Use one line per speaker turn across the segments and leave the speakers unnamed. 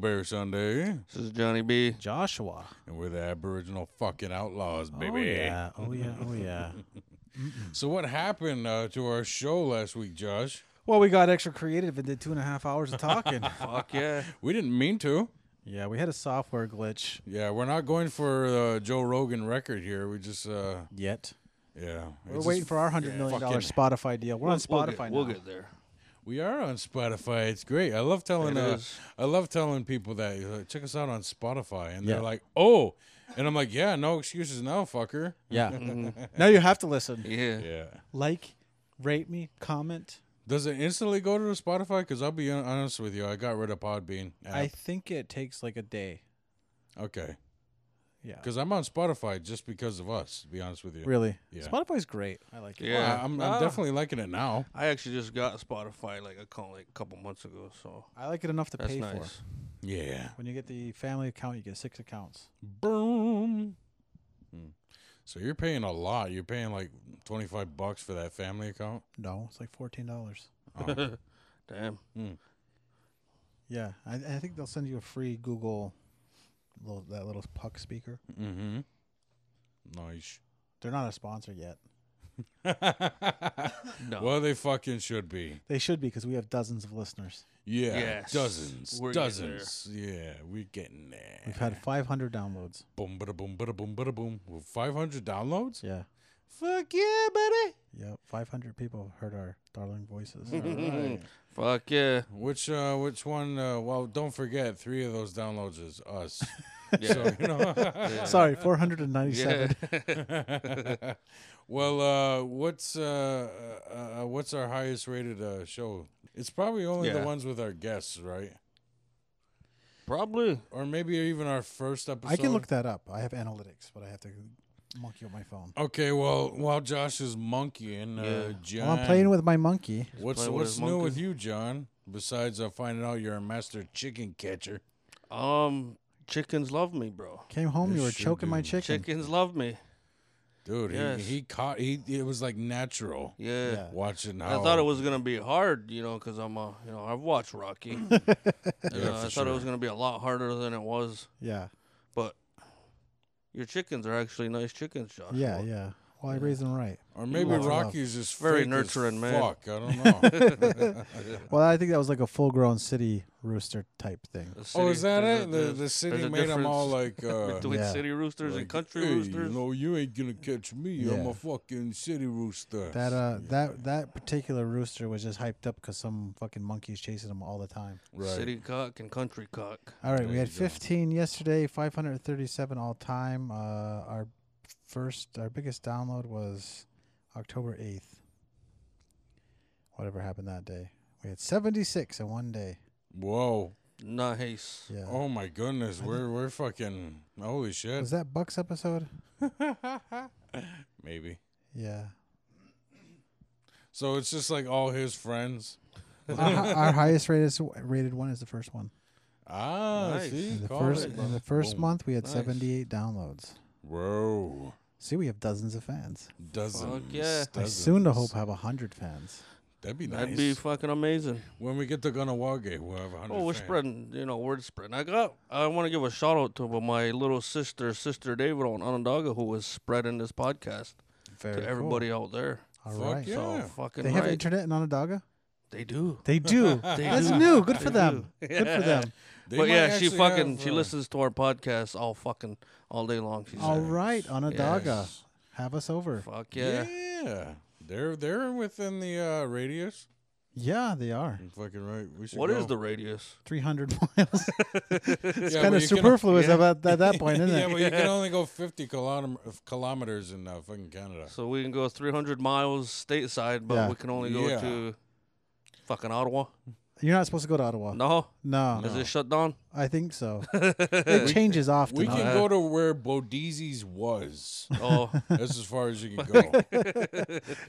Bear Sunday,
This is Johnny B.
Joshua.
and we're the Aboriginal fucking outlaws, baby.
Oh yeah. Oh yeah. Oh yeah.
So what happened uh, to our show last week, Josh?
well, we got extra creative and did two and a half hours of talking.
Fuck yeah.
We didn't mean to.
yeah, we had a software glitch
Yeah, we're not going for uh, Joe Rogan record here. We just, uh,
yet.
yeah,
We're waiting for our hundred million dollar
fucking-
Spotify deal. We're on
We'll
Spotify
get,
now.
we'll get there.
We are on Spotify. It's great. I love telling
It
uh,
is.
I love telling people that uh, check us out on Spotify, and
Yeah.
they're like, "Oh," and I'm like, "Yeah, no excuses now, fucker."
Yeah. now you have to listen.
Mm-hmm. Yeah.
Yeah.
Like, rate me, comment.
Does it instantly go to the Spotify? Because I'll be hon- honest with you, I got rid of Podbean.
I
App.
think it takes like a day.
okay.
Yeah.
Because I'm on Spotify just because of us. To be honest with you.
Really.
Yeah.
Spotify's great. I like it.
I-
Yeah.
I'm, I'm
Ah.
definitely liking it now.
I actually just got Spotify like a couple, like, a couple months ago, so
I like it enough to
that's
pay for.
nice.
Yeah.
When you get the family account, you get six accounts.
Boom. Hmm. So you're paying a lot. You're paying like 25 bucks for that family account.
No, it's like fourteen dollars.
Damn.
Yeah, I, I think they'll send you a free Google, little, that little puck speaker.
Mm-hmm. Nice.
They're not a sponsor yet.
No.
Well, they fucking should be.
They should be because we have dozens of listeners.
Yeah,
Yes.
dozens,
We're getting there.
dozens. Yeah, we're getting there.
We've had 500 downloads.
boom, bada boom, bada boom, bada boom. With 500 downloads.
Yeah,
Fuck yeah, buddy.
yep. 500 people have heard our darling voices.
Mm-hmm. Fuck yeah.
Which uh, which one? Uh, well, don't forget, three of those downloads is us.
Yeah.
So you know.
Sorry, 497.
well, uh, what's uh, uh, uh, what's our highest rated uh, show? It's probably only the
Yeah.
ones with our guests, right?
Probably.
Or maybe even our first episode.
I can look that up. I have analytics, but I have to monkey with my phone.
Okay, well, while Josh is monkeying, uh,
Yeah.
John,
Well, I'm playing with my monkey.
what's
playing with
what's
his
new
monkey.
with you, John? Besides uh, finding out you're a master chicken catcher,
Um, chickens love me, bro.
Came home, you
Yes,
were
sure
choking my
do.
chicken.
Chickens love me.
dude,
Yes.
he, he caught he it was like natural
Yeah.
Yeah.
watching
I
how
thought it was gonna be hard, you know, because I'm a, you know, I've watched Rocky. You know, I
for
thought it was gonna be a lot harder than it was,
Yeah,
but your chickens are actually nice chickens, Josh.
yeah, yeah. Well, I raised them right.
or maybe
Lots of love.
Rocky's just
Very
fake as
nurturing man.
Fuck, I don't know.
Well, I think that was like a full-grown city rooster type thing.
oh, is that it? The, the city made them all like. Uh,
between
Yeah.
city roosters
like,
and country
"Hey, You
roosters.
know, you ain't gonna catch me. I'm
Yeah.
a fucking city rooster.
That uh, that that particular rooster was just hyped up because some fucking monkey's chasing him all the time.
right.
City cock and country cock.
All right,
There
we had
you go.
15 yesterday, 537 all time. Uh, our first, our biggest download was October 8th. Whatever happened that day, we had 76 in one day.
Whoa.
Nice.
Yeah.
Oh my goodness. We're we're fucking. Holy shit.
Was that Bucks episode?
Maybe.
Yeah.
So it's just like all his friends.
our, hi- our highest rated rated one is the first one.
Ah,
Nice.
see,
In the
call
first
it.
in the first
Boom.
month, we had
Nice.
78 downloads.
Whoa,
See, we have dozens of fans.
dozens.
yeah.
I
dozens.
soon to hope have 100 fans.
That'd be nice.
That'd be fucking amazing.
when we get to Gunawage, we'll have a hundred.
Oh, we're
fans.
spreading, you know, word spreading. I got, I want to give a shout out to my little sister, Sister David on Onondaga, who was spreading this podcast
Very
to everybody out there.
All
Fuck
right.
yeah.
So fucking
They have
right.
internet in Onondaga?
they do.
They do. That's new. Good for them. Good for them.
They might
but yeah, she
actually
fucking
have,
she
uh,
listens to our podcast all fucking all day long. She's
All
like,
right, Onondaga.
Yes.
Have us over.
fuck yeah.
Yeah. They're they're within the uh, radius.
Yeah, they are.
You're fucking right. We should
What
go.
is the radius?
300 miles.
It's
kind of superfluous about at that point, isn't
Yeah,
it?
well, you can only go 50 kilom- kilometers in uh, fucking Canada.
So we can go 300 miles stateside, but
Yeah.
we can only go
Yeah.
to fucking Ottawa.
You're not supposed to go to Ottawa.
No,
Oh. No,
is it shut down?
I think so. it changes often.
We can go to where Bodizes was.
Oh,
That's as far as you can go.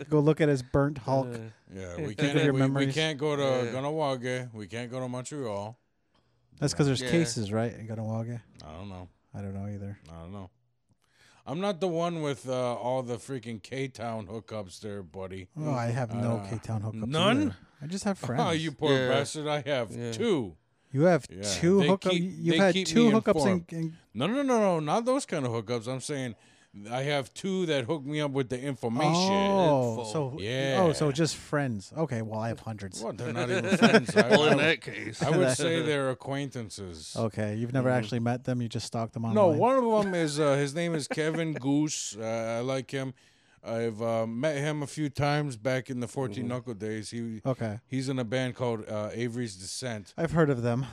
Go look at his burnt Hulk.
Uh, Yeah, we can't.
your
We, we
memories.
can't go to
Yeah.
Gunawage. We can't go to Montreal.
That's because there's
Yeah.
cases, right? In Gonawaga?
I don't know.
I don't know either.
I don't know. I'm not the one with uh, all the freaking K Town hookups, there, buddy.
Oh, I have no
Uh,
K Town hookups.
none?
either. I just have friends.
Oh, you poor
Yeah.
bastard! I have
Yeah.
two.
You have
Yeah,
two
they
hookups.
keep-
You've
they
had
keep
two
me
hookups in,
informed.
in
No, no, no, no, not those kind of hookups. I'm saying I have two that hook me up with the information.
Oh,
Info.
so
Yeah.
Oh, so just friends. Okay, well I have hundreds.
Well, they're not even friends. I,
well,
I,
in
would-
that case,
I would say they're acquaintances.
Okay, you've never actually met them. You just stalked them online.
Mm. No, one of them is uh, his name is Kevin Goose. Uh, I like him. I've uh, met him a few times back in the 14 Knuckle days. He
Okay,
he's in a band called uh, Avery's Descent.
I've heard of them.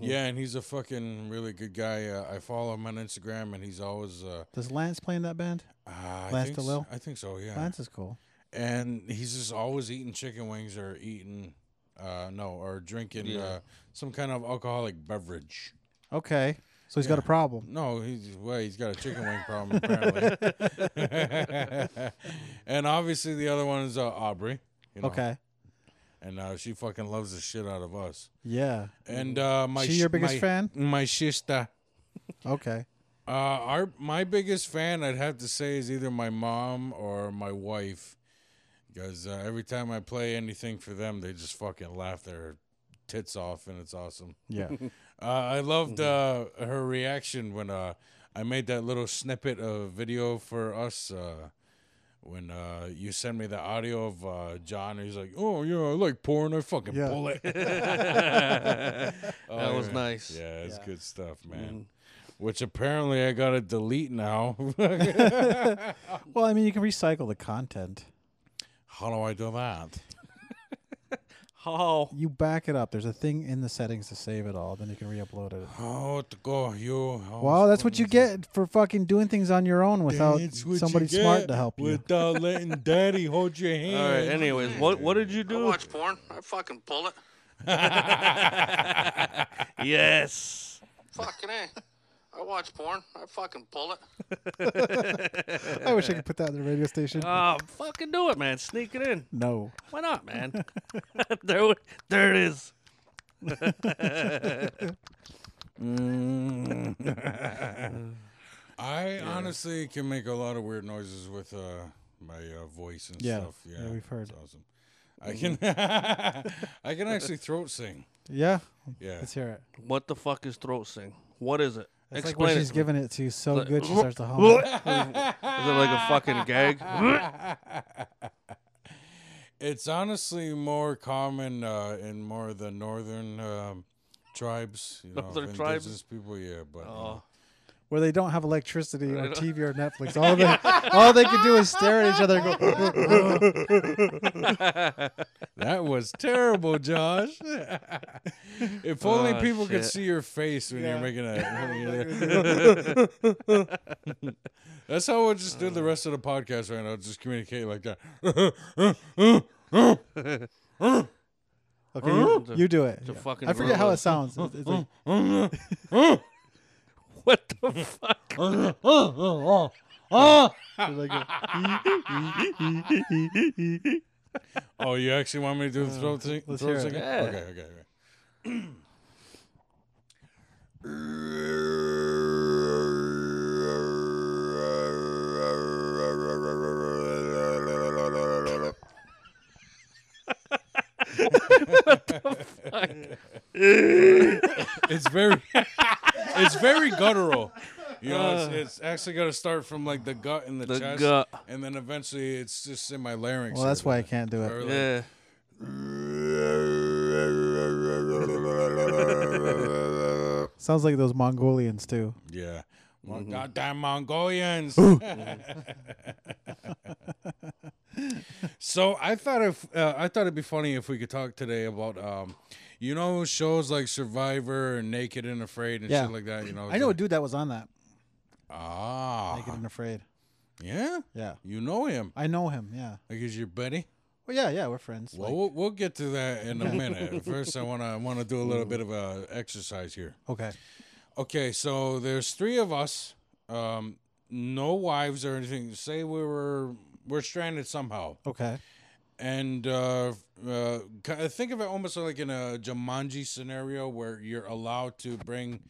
Yeah, and he's a fucking really good guy. Uh, I follow him on Instagram, and he's always. Uh,
Does Lance play in that band?
uh, I
Lance
think s-
DeLille?
I think so. Yeah.
Lance is cool.
and he's just always eating chicken wings or eating uh no or drinking
Yeah.
uh, some kind of alcoholic beverage
Okay, so he's got a problem.
no he's well he's got a chicken wing problem apparently and obviously the other one is uh, aubrey you know,
Okay,
and uh, she fucking loves the shit out of us
yeah.
and uh my
Mm-hmm. She your
sh-
biggest
my-
fan?
my sister
Okay,
uh our my biggest fan i'd have to say is either my mom or my wife because uh, every time i play anything for them they just fucking laugh their tits off and it's awesome
yeah.
Uh, I loved uh, her reaction when uh, I made that little snippet of video for us. Uh, when uh, you send me the audio of uh, John, he's like, "Oh yeah, I like porn. I fucking
Yeah.
pull it."
that was nice.
Yeah, it's good stuff, man.
Mhm.
Which apparently I gotta delete now.
well, I mean, you can recycle the content.
How do I do that?
Oh. How?
You back it up. There's a thing in the settings to save it all. Then you can re-upload it.
How to go, you? How
Well, that's what you
fucking-
get for fucking doing things on your own without
That's what you
somebody smart
get
to help you.
Without letting daddy hold your hand.
All right. Anyways, what what did you do?
watch porn. I fucking pull it.
yes.
Fucking A. I watch porn. I fucking pull it.
I wish I could put that in the radio station.
Ah, fucking do it, man. Sneak it in.
no.
Why not, man? there, w- there it is.
I honestly can make a lot of weird noises with uh, my uh, voice and
Yeah.
stuff.
Yeah, we've heard. Mm-hmm.
It's awesome. I can I can actually throat sing.
Yeah.
Yeah.
Let's hear it.
What the fuck is throat sing? What is it?
It's like
Explain
when
it.
she's
to me.
giving it to you so
Like,
good she starts to hum.
Is it like a fucking gag?
It's honestly more common uh, in more of the northern um, tribes. You
Northern
know, of
tribes?
indigenous people, yeah. But you know,
oh,
where they don't have electricity or TV or Netflix. All they all they can do is stare at each other and go.
that was terrible, Josh. if only
Oh,
people could
shit.
see your face when
Yeah.
you're making that. That's how we'll just do the rest of the podcast right now. Just communicate like that.
Okay, you, you do it.
a fucking
I forget how
gorilla.
it sounds. It's, it's like,
what the fuck?
it's like a-
oh, you actually want me to do the throat thing?
let's
throat
hear it.
singing?
Yeah.
Okay, okay, okay. it's very it's very guttural you know
Uh.
it's, it's actually got to start from like the gut and the,
The
chest
gut.
and then eventually it's just in my larynx
well, that's why I can't do
Or
it.
like-
Yeah.
Sounds like those Mongolians too.
yeah Mon-
Mm-hmm.
goddamn mongolians so i thought if uh, i thought it'd be funny if we could talk today about um you know shows like survivor and naked and afraid and
Yeah.
shit like that you know
I know a
it's like-
dude that was on that.
ah
Naked and afraid.
yeah
Yeah,
you know him
I know him. Yeah.
like he's your buddy
Well, yeah, yeah, we're friends.
Well,
Like-
we'll, we'll get to that in a minute. First, I wanna wanna do a little bit of a exercise here.
okay.
Okay, so there's three of us, um, no wives or anything. Say we were we're stranded somehow,
Okay.
and uh, uh, ki- think of it almost like in a Jumanji scenario where you're allowed to bring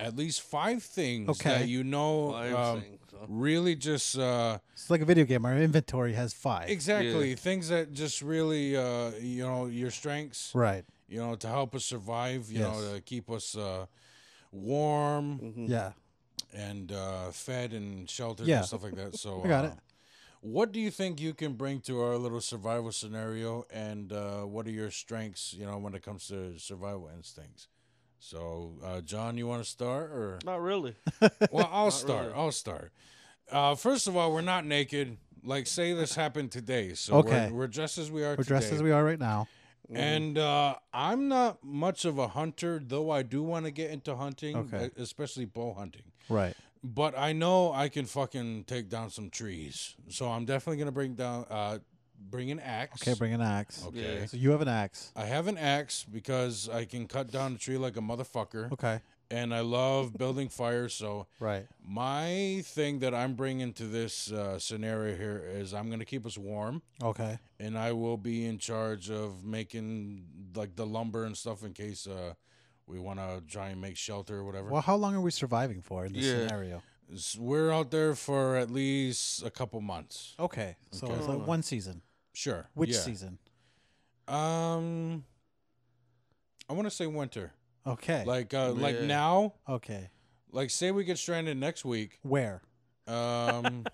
at least five things
Okay.
that you know
Five
um,
things, huh?
really just. Uh,
It's like a video game. Our inventory has five.
Exactly. Things that just really, uh, you know, your strengths.
Right.
you know, to help us survive, you
Yes.
know, to keep us uh, warm
Mm-hmm.
Yeah.
and uh, fed and sheltered
Yeah.
and stuff like that. So
I got
uh,
it.
What do you think you can bring to our little survival scenario, and uh, what are your strengths? You know, when it comes to survival instincts. So, uh, John, you want to start, or
Not really.
well, I'll
Not
start.
really.
I'll start. Uh, first of all, we're not naked. Like, say this happened today, so
Okay.
we're, we're dressed as we are.
We're dressed
today.
as we are right now.
Mm-hmm.
And uh, I'm not much of a hunter, though I do want to get into hunting,
Okay.
e- especially bow hunting.
Right.
But I know I can fucking take down some trees, so I'm definitely gonna bring down, uh, bring an axe.
Okay, bring an axe.
okay.
Yeah.
So you have an axe.
I have an axe because I can cut down a tree like a motherfucker,
Okay.
and I love building fire. So
Right.
my thing that I'm bringing to this uh, scenario here is I'm gonna keep us warm,
Okay.
and I will be in charge of making like the lumber and stuff in case uh, we want to try and make shelter or whatever.
Well, how long are we surviving for in this
Yeah.
scenario?
S- We're out there for at least a couple months.
Okay. So
Okay.
it's like one season.
Sure.
Which
yeah.
season?
Um, I want to say winter.
Okay.
Like uh, like
Yeah.
now.
okay.
Like say we get stranded next week.
Where?
Um,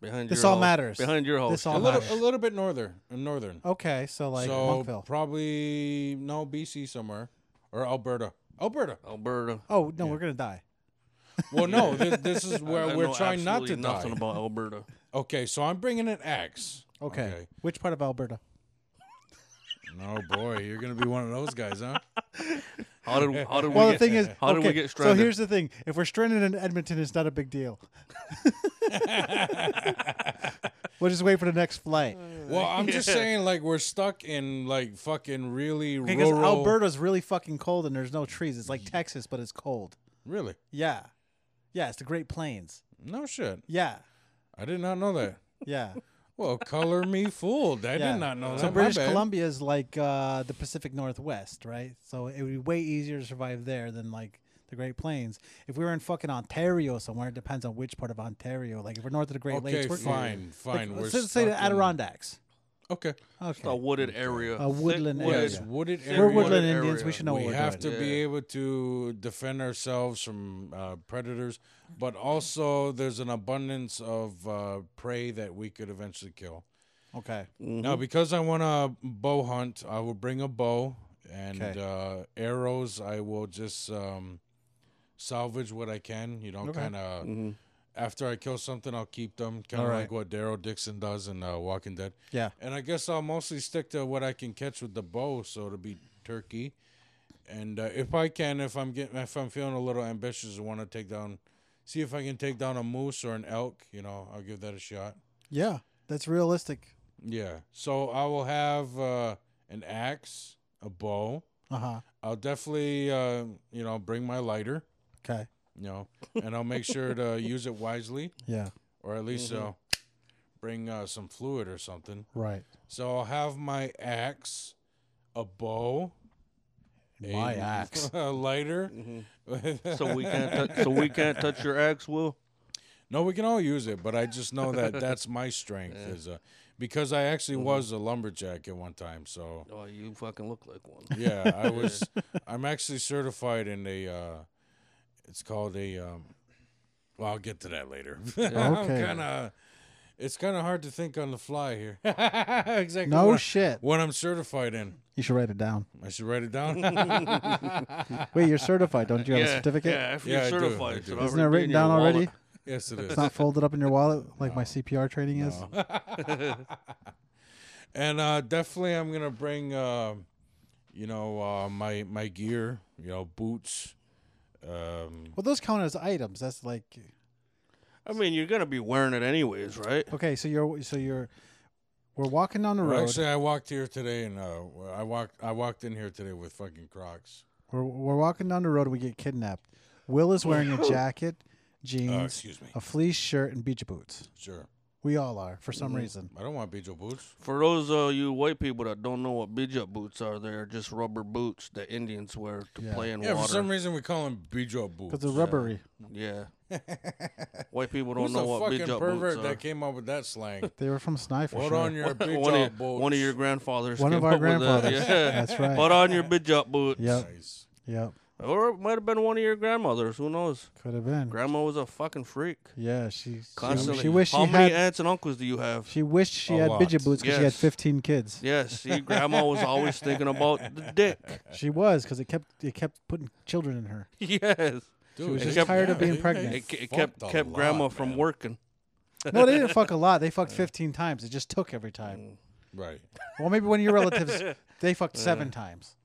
Behind
This
your
all
house.
matters.
Behind your house.
This all
a little
matters.
a little bit northern northern.
Okay. So like
so
Monkville.
probably no BC somewhere or Alberta. Alberta.
Alberta.
oh no, we're gonna die.
Well, no, this, this is
I
where we're
know
trying not to
absolutely nothing
die.
about Alberta.
Okay, so I'm bringing an axe.
Okay. Which part of Alberta?
No boy, you're gonna be one of those guys, huh?
How did how did we
Well, the
get,
thing is,
how
okay,
did we get
so
stranded?
here's the thing: if we're stranded in Edmonton, it's not a big deal. we'll just wait for the next flight
Uh,
Well, I'm just saying, like we're stuck in like fucking really
because
rural.
Alberta's really fucking cold and there's no trees. It's like Texas, but it's cold.
Really?
Yeah, yeah, it's the Great Plains.
No shit.
Yeah,
I did not know that.
yeah.
Well, color me fooled. I
Yeah.
did not know that.
So
My
British
bad.
Columbia is like uh, the Pacific Northwest, right? So it would be way easier to survive there than like the Great Plains. If we were in fucking Ontario somewhere, it depends on which part of Ontario. Like if we're north of the Great
Okay,
Lakes, we're
fine, fine.
Like,
we're
let's just say the
stuck in-
Adirondacks.
Okay.
Okay.
a wooded area.
A woodland
Thick woods.
It's
area.
wooded
We're
area.
we're woodland
wooded
Indians. We
area.
should know what
we
we're
have
doing.
to be
Yeah.
able to defend ourselves from uh, predators, but also there's an abundance of uh, prey that we could eventually kill.
Okay.
Now,
Mm-hmm.
because I want to bow hunt, I will bring a bow and
Okay.
uh, arrows. I will just um, salvage what I can. You know,
Okay. Mm-hmm.
kind of
Mhm.
after I kill something, I'll keep them, kind
All
of
right.
like what Daryl Dixon does in uh, Walking Dead.
Yeah.
And I guess I'll mostly stick to what I can catch with the bow, so it'll be turkey. And uh, if I can, if I'm getting, if I'm feeling a little ambitious, I want to take down, see if I can take down a moose or an elk. You know, I'll give that a shot.
Yeah. That's realistic.
Yeah. So I will have uh, an axe, a bow.
Uh huh.
I'll definitely, uh, you know, bring my lighter.
Okay.
You know, and I'll make sure to use it wisely,
Yeah.
or at least
Mm-hmm.
uh, bring uh, some fluid or something.
Right.
So I'll have my axe, a bow,
My
a-
axe. Mm-hmm.
a lighter.
So we can't t- so we can't touch your axe, Will.
no, we can all use it, but I just know that that's my strength is uh, because I actually
Mm-hmm.
was a lumberjack at one time. So
Oh, you fucking look like one.
yeah, I was. I'm actually certified in a. Uh, it's called a. Um, well, I'll get to that later. I'm
Okay.
kind of. It's kind of hard to think on the fly here. exactly.
No
what I-
shit.
what I'm certified in.
You should write it down.
I should write it down.
Wait, you're certified. Don't you have
yeah,
a certificate?
Yeah, if
Yeah,
you're
I do, I
certified,
do.
should
Isn't
Isn't
already
it
be
written
in
down
your
already?
wallet.
yes, it is.
It's not folded up in your wallet like my CPR training is.
and uh, definitely I'm gonna bring, uh, you know, uh, my my gear, you know, boots. Um,
Well, those count as items. That's like
I mean, you're gonna be wearing it anyways, right?
okay. So you're so you're we're walking down the
well,
road.
actually, I walked here today, and uh, I walked I walked in here today with fucking Crocs.
we're we're walking down the road. and We get kidnapped. Will is wearing a jacket,
Uh,
jeans,
excuse me.
a fleece shirt, and beach boots.
Sure.
We all are for some reason.
I don't want Beetle boots.
For those of you white people that don't know what bija boots are, they're just rubber boots that Indians wear to
Yeah.
play in
Yeah,
water.
for some reason we call him Beetle boots.
Because they're rubbery.
yeah. white people don't
Who's
know
the
what
fucking
bija
pervert
boots are.
that came up with that slang?
They were from Snipe.
Put on your Beetle
one, of, your-
boots.
one of your grandfathers.
One of
came
our
up with that,
grandfathers.
Yeah.
That's right.
Put on your bija boots.
Yep.
Nice.
Yep.
Or it might have been one of your grandmothers. Who knows?
Could have been.
Grandma was a fucking freak.
yeah, she she,
Constantly.
she wished
How
she
many
had
aunts and uncles do you have?
she wished she
A
had
lot.
bidget boots because she had
Yes.
15 kids.
Yes, see, grandma was always thinking about the dick.
She was because it kept it kept putting children in her.
Yes,
Dude,
was
they
just
kept-
tired of
yeah,
being
they-
pregnant.
they
it, it
fucked
kept
a
kept
lot,
grandma from
man.
working.
No, they didn't fuck a lot. They fucked 15 times. It just took every
Mm.
time.
Right.
Well, maybe one of your relatives they fucked seven times.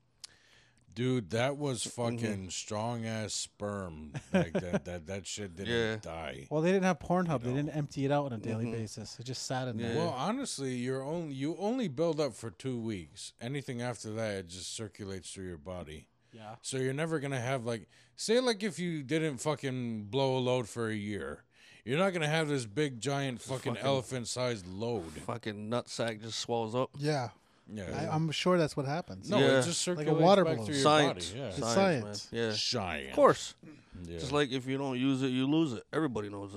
Dude, that was
Mm-hmm.
fucking strong ass sperm. Like that, that, that shit didn't
Yeah.
die.
Well, they didn't have Pornhub. They didn't empty it out on a daily
Mm-hmm.
basis. It just sat in there.
Well, honestly, you're only you only build up for two weeks. Anything after that, it just circulates through your body.
Yeah.
So you're never gonna have like, say, like if you didn't fucking blow a load for a year, you're not gonna have this big giant fucking, elephant-sized load.
Fucking nutsack just swells up.
Yeah.
Yeah.
I, I'm sure that's what happens.
no,
Yeah.
it just circulates
water
back
balloon.
through your
Science,
body. Yeah.
It's science.
man. Yeah,
Giant.
of course.
Yeah.
Just like if you don't use it, you lose it. Everybody knows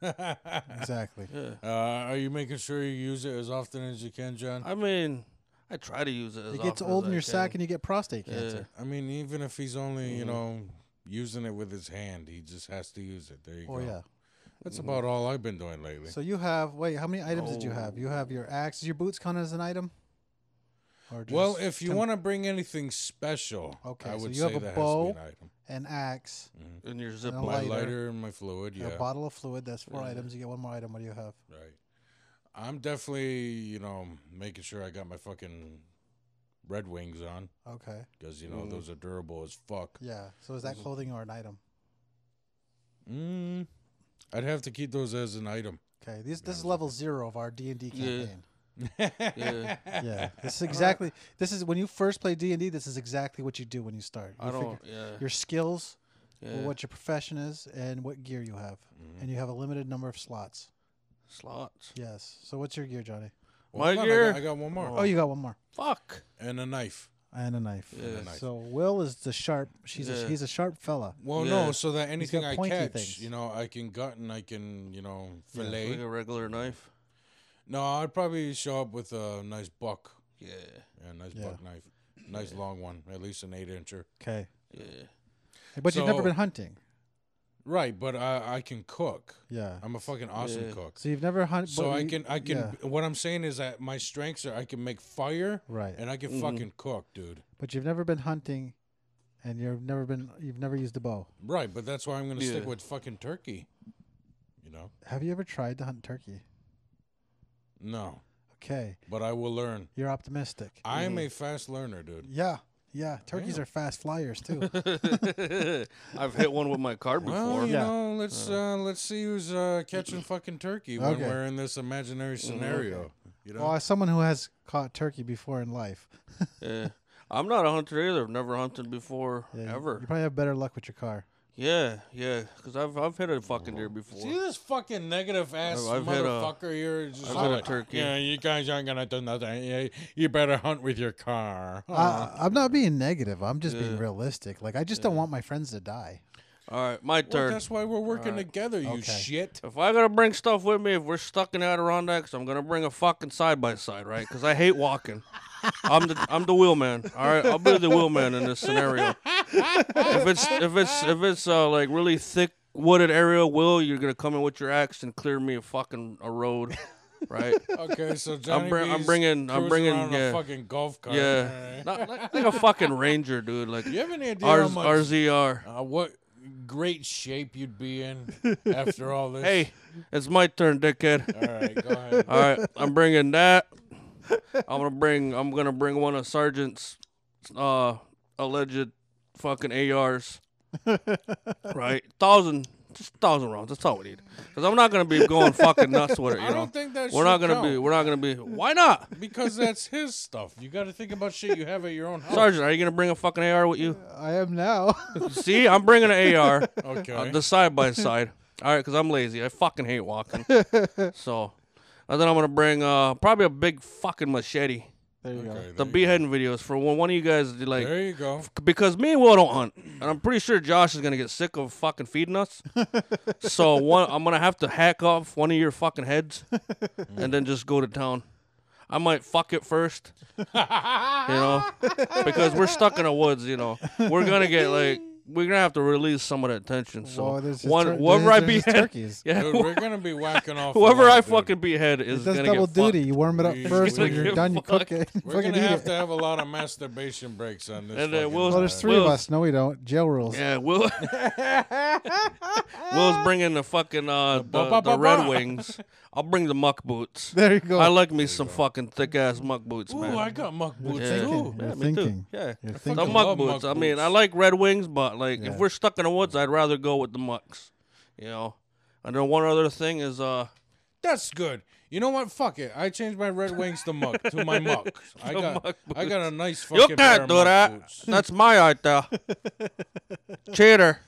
that.
Exactly.
Uh, are you making sure you use it as often as you can, Johten?
I mean, I try to use it. As
It gets
often as
old
I
in your
can.
sack and you get prostate cancer.
I mean, even if he's only,
Mm-hmm.
you know, using it with his hand, he just has to use it. There you go.
Oh yeah. Mm-hmm.
That's about all I've been doing lately.
So you have wait, how many items did you have? You have your axe. Does your boots count as an item? Or
well,
just
if you
tem-
want to bring anything special,
Okay,
I
so
would
you
say
have a
that
bow,
has to be an item.
an axe,
in your ziploc.
My
lighter.
lighter, and my fluid, yeah.
a bottle of fluid, that's four items. You get one more item. What do you have?
Right. I'm definitely, you know, making sure I got my fucking Red Wings on
Okay.
because, you know,
Mm.
those are durable as fuck.
Yeah. So is that clothing or an item?
Mm, I'd have to keep those as an item.
Okay. This this is level zero of our D and D campaign.
Yeah,
Yeah. This is exactly. This is when you first play D and D. This is exactly what you do when you start. You
I don't.
figure
Yeah,
Your skills,
yeah. Mm-hmm.
what your profession is, and what gear you have, and you have a limited number of slots.
slots.
Yes. So what's your gear, Johnny?
Well,
My
hold on, I
gear.
got, I got one more.
Oh, you got one more.
Fuck.
and a knife.
and a knife.
Yeah. knife.
So Will is the sharp. She's a,
Yeah.
he's a sharp fella.
Well,
Yeah.
no, so that anything
got
I
pointy
catch,
things.
you know, I can gut and I can, you know, fillet.
Like a regular knife.
No, I'd probably show up with a nice buck.
Yeah,
Yeah, nice
Yeah.
buck knife. Nice long one, at least an eight incher.
Okay,
yeah.
but you've never
So-
been hunting.
Right, but I, I can cook.
Yeah.
I'm a fucking awesome
Yeah.
cook.
So you've never hunted.
So I can I can
Yeah.
what I'm saying is that my strengths are I can make fire
Right. Mm-hmm.
and I can fucking cook, dude.
But you've never been hunting, and you've never been. You've never used a bow.
Right, but that's why I'm gonna stick
Yeah.
with fucking turkey. You know?
Have you ever tried to hunt turkey?
No.
Okay,
But I will learn.
you're optimistic.
I am a fast learner, dude.
Yeah, yeah. Turkeys are fast flyers too.
I've hit one with my car before.
Well, Oh, you
Oh, Yeah.
know, let's uh, let's see who's uh, catching fucking turkey when
Okay. Mm-hmm.
we're in this imaginary scenario. You know,
well, as someone who has caught turkey before in life,
Yeah. I'm not a hunter either. I've never hunted before
yeah, you- you
ever.
probably have better luck with your car.
Yeah, yeah. Cause I've I've hit a fucking deer before.
see this fucking negative ass
I've- I've had a-
motherfucker here. Just
I've had a
like,
turkey.
Yeah, you guys aren't gonna do nothing. You, you better hunt with your car.
I, I'm not being negative. I'm just being
Yeah.
realistic. Like I just don't want my friends to die.
All right, my
Well,
turn.
that's why we're working together, you
Okay.
shit.
if I gotta bring stuff with me, if we're stuck in Adirondacks, I'm gonna bring a fucking side by side, right? Cause I hate walking. I'm the I'm the wheelman. All right, I'll be the wheelman in this scenario. If it's if it's if it's uh, like really thick wooded area, will you're gonna come in with your axe and clear me a fucking a road, right?
Okay, so Johnny
bring- I'm
B's
bringing-
cruising
I'm bringing,
around in a
yeah.
fucking golf cart.
Yeah, not like, like a fucking ranger, dude. Like
You have any idea
R-
how much,
RZR.
uh, what great shape you'd be in after all this?
Hey, Uh, it's my turn, dickhead.
all right, go ahead.
All right, I'm bringing that. I'm gonna bring. I'm gonna bring one of Sergeant's uh, alleged fucking ARs. right, thousand, just thousand rounds. That's all we need. Cause I'm not gonna be going fucking nuts with it. You
I
know,
don't think that
we're not
should
gonna be.
count.
We're not gonna be. Why not,
Because that's his stuff. You got to think about shit you have at your own house.
Sergeant? Are you gonna bring a fucking AR with you?
I am now.
See, I'm bringing an uh, AR.
Okay.
Uh, the side by side. All right, because I'm lazy. I fucking hate walking. so And then I'm gonna bring uh probably a big fucking machete.
There you
Okay,
The
there you-
beheading videos for when one of you guys did like
There you go.
because me and Will don't hunt, and I'm pretty sure Josh is gonna get sick of fucking feeding us. so one, I'm gonna have to hack off one of your fucking heads, and then just go to town. I might fuck it first, you know, because we're stuck in the woods. You know, we're gonna get like we're gonna have to release some of that tension. So
Well, Oh, there's his
one,
tur-
whoever
there's-
I
there's his
behead,
turkeys.
yeah,
Dude, we're gonna be whacking off. a
whoever
lot,
I
dude.
fucking behead is
It does
gonna
double
get
duty.
fucked.
You warm it up
He's
first. When
gonna
you're
get
done, you cook
fucked.
it. and
We're
fucking
gonna
eat
have
it.
to have a lot of masturbation breaks on this.
And, uh,
fucking
Will's-
podcast.
Well, there's three of
Will's-
us. No, we don't. Jail rules.
Yeah, Will. Will's bringing the fucking uh,
ba-
the,
ba-
the
ba-
Red
ba.
Wings. I'll bring the muck boots.
There you go.
I like me some fucking thick ass muck boots,
Ooh,
man.
I got muck boots
yeah.
too.
thinking.
yeah, me
You're
too.
thinking.
Yeah,
You're
the
thinking.
muck
Love
boots.
muck
I mean, I
boots.
like Red Wings, but like
Yeah.
if we're stuck in the woods, I'd rather go with the mucks. You know. And then one other thing is uh,
That's good. You know what? Fuck it. I changed my Red Wings to muck to my muck. I
The
got
muck
I got a nice
you
fucking pair
can't
of
do
muck
that.
boots.
That's my idea. Cheater.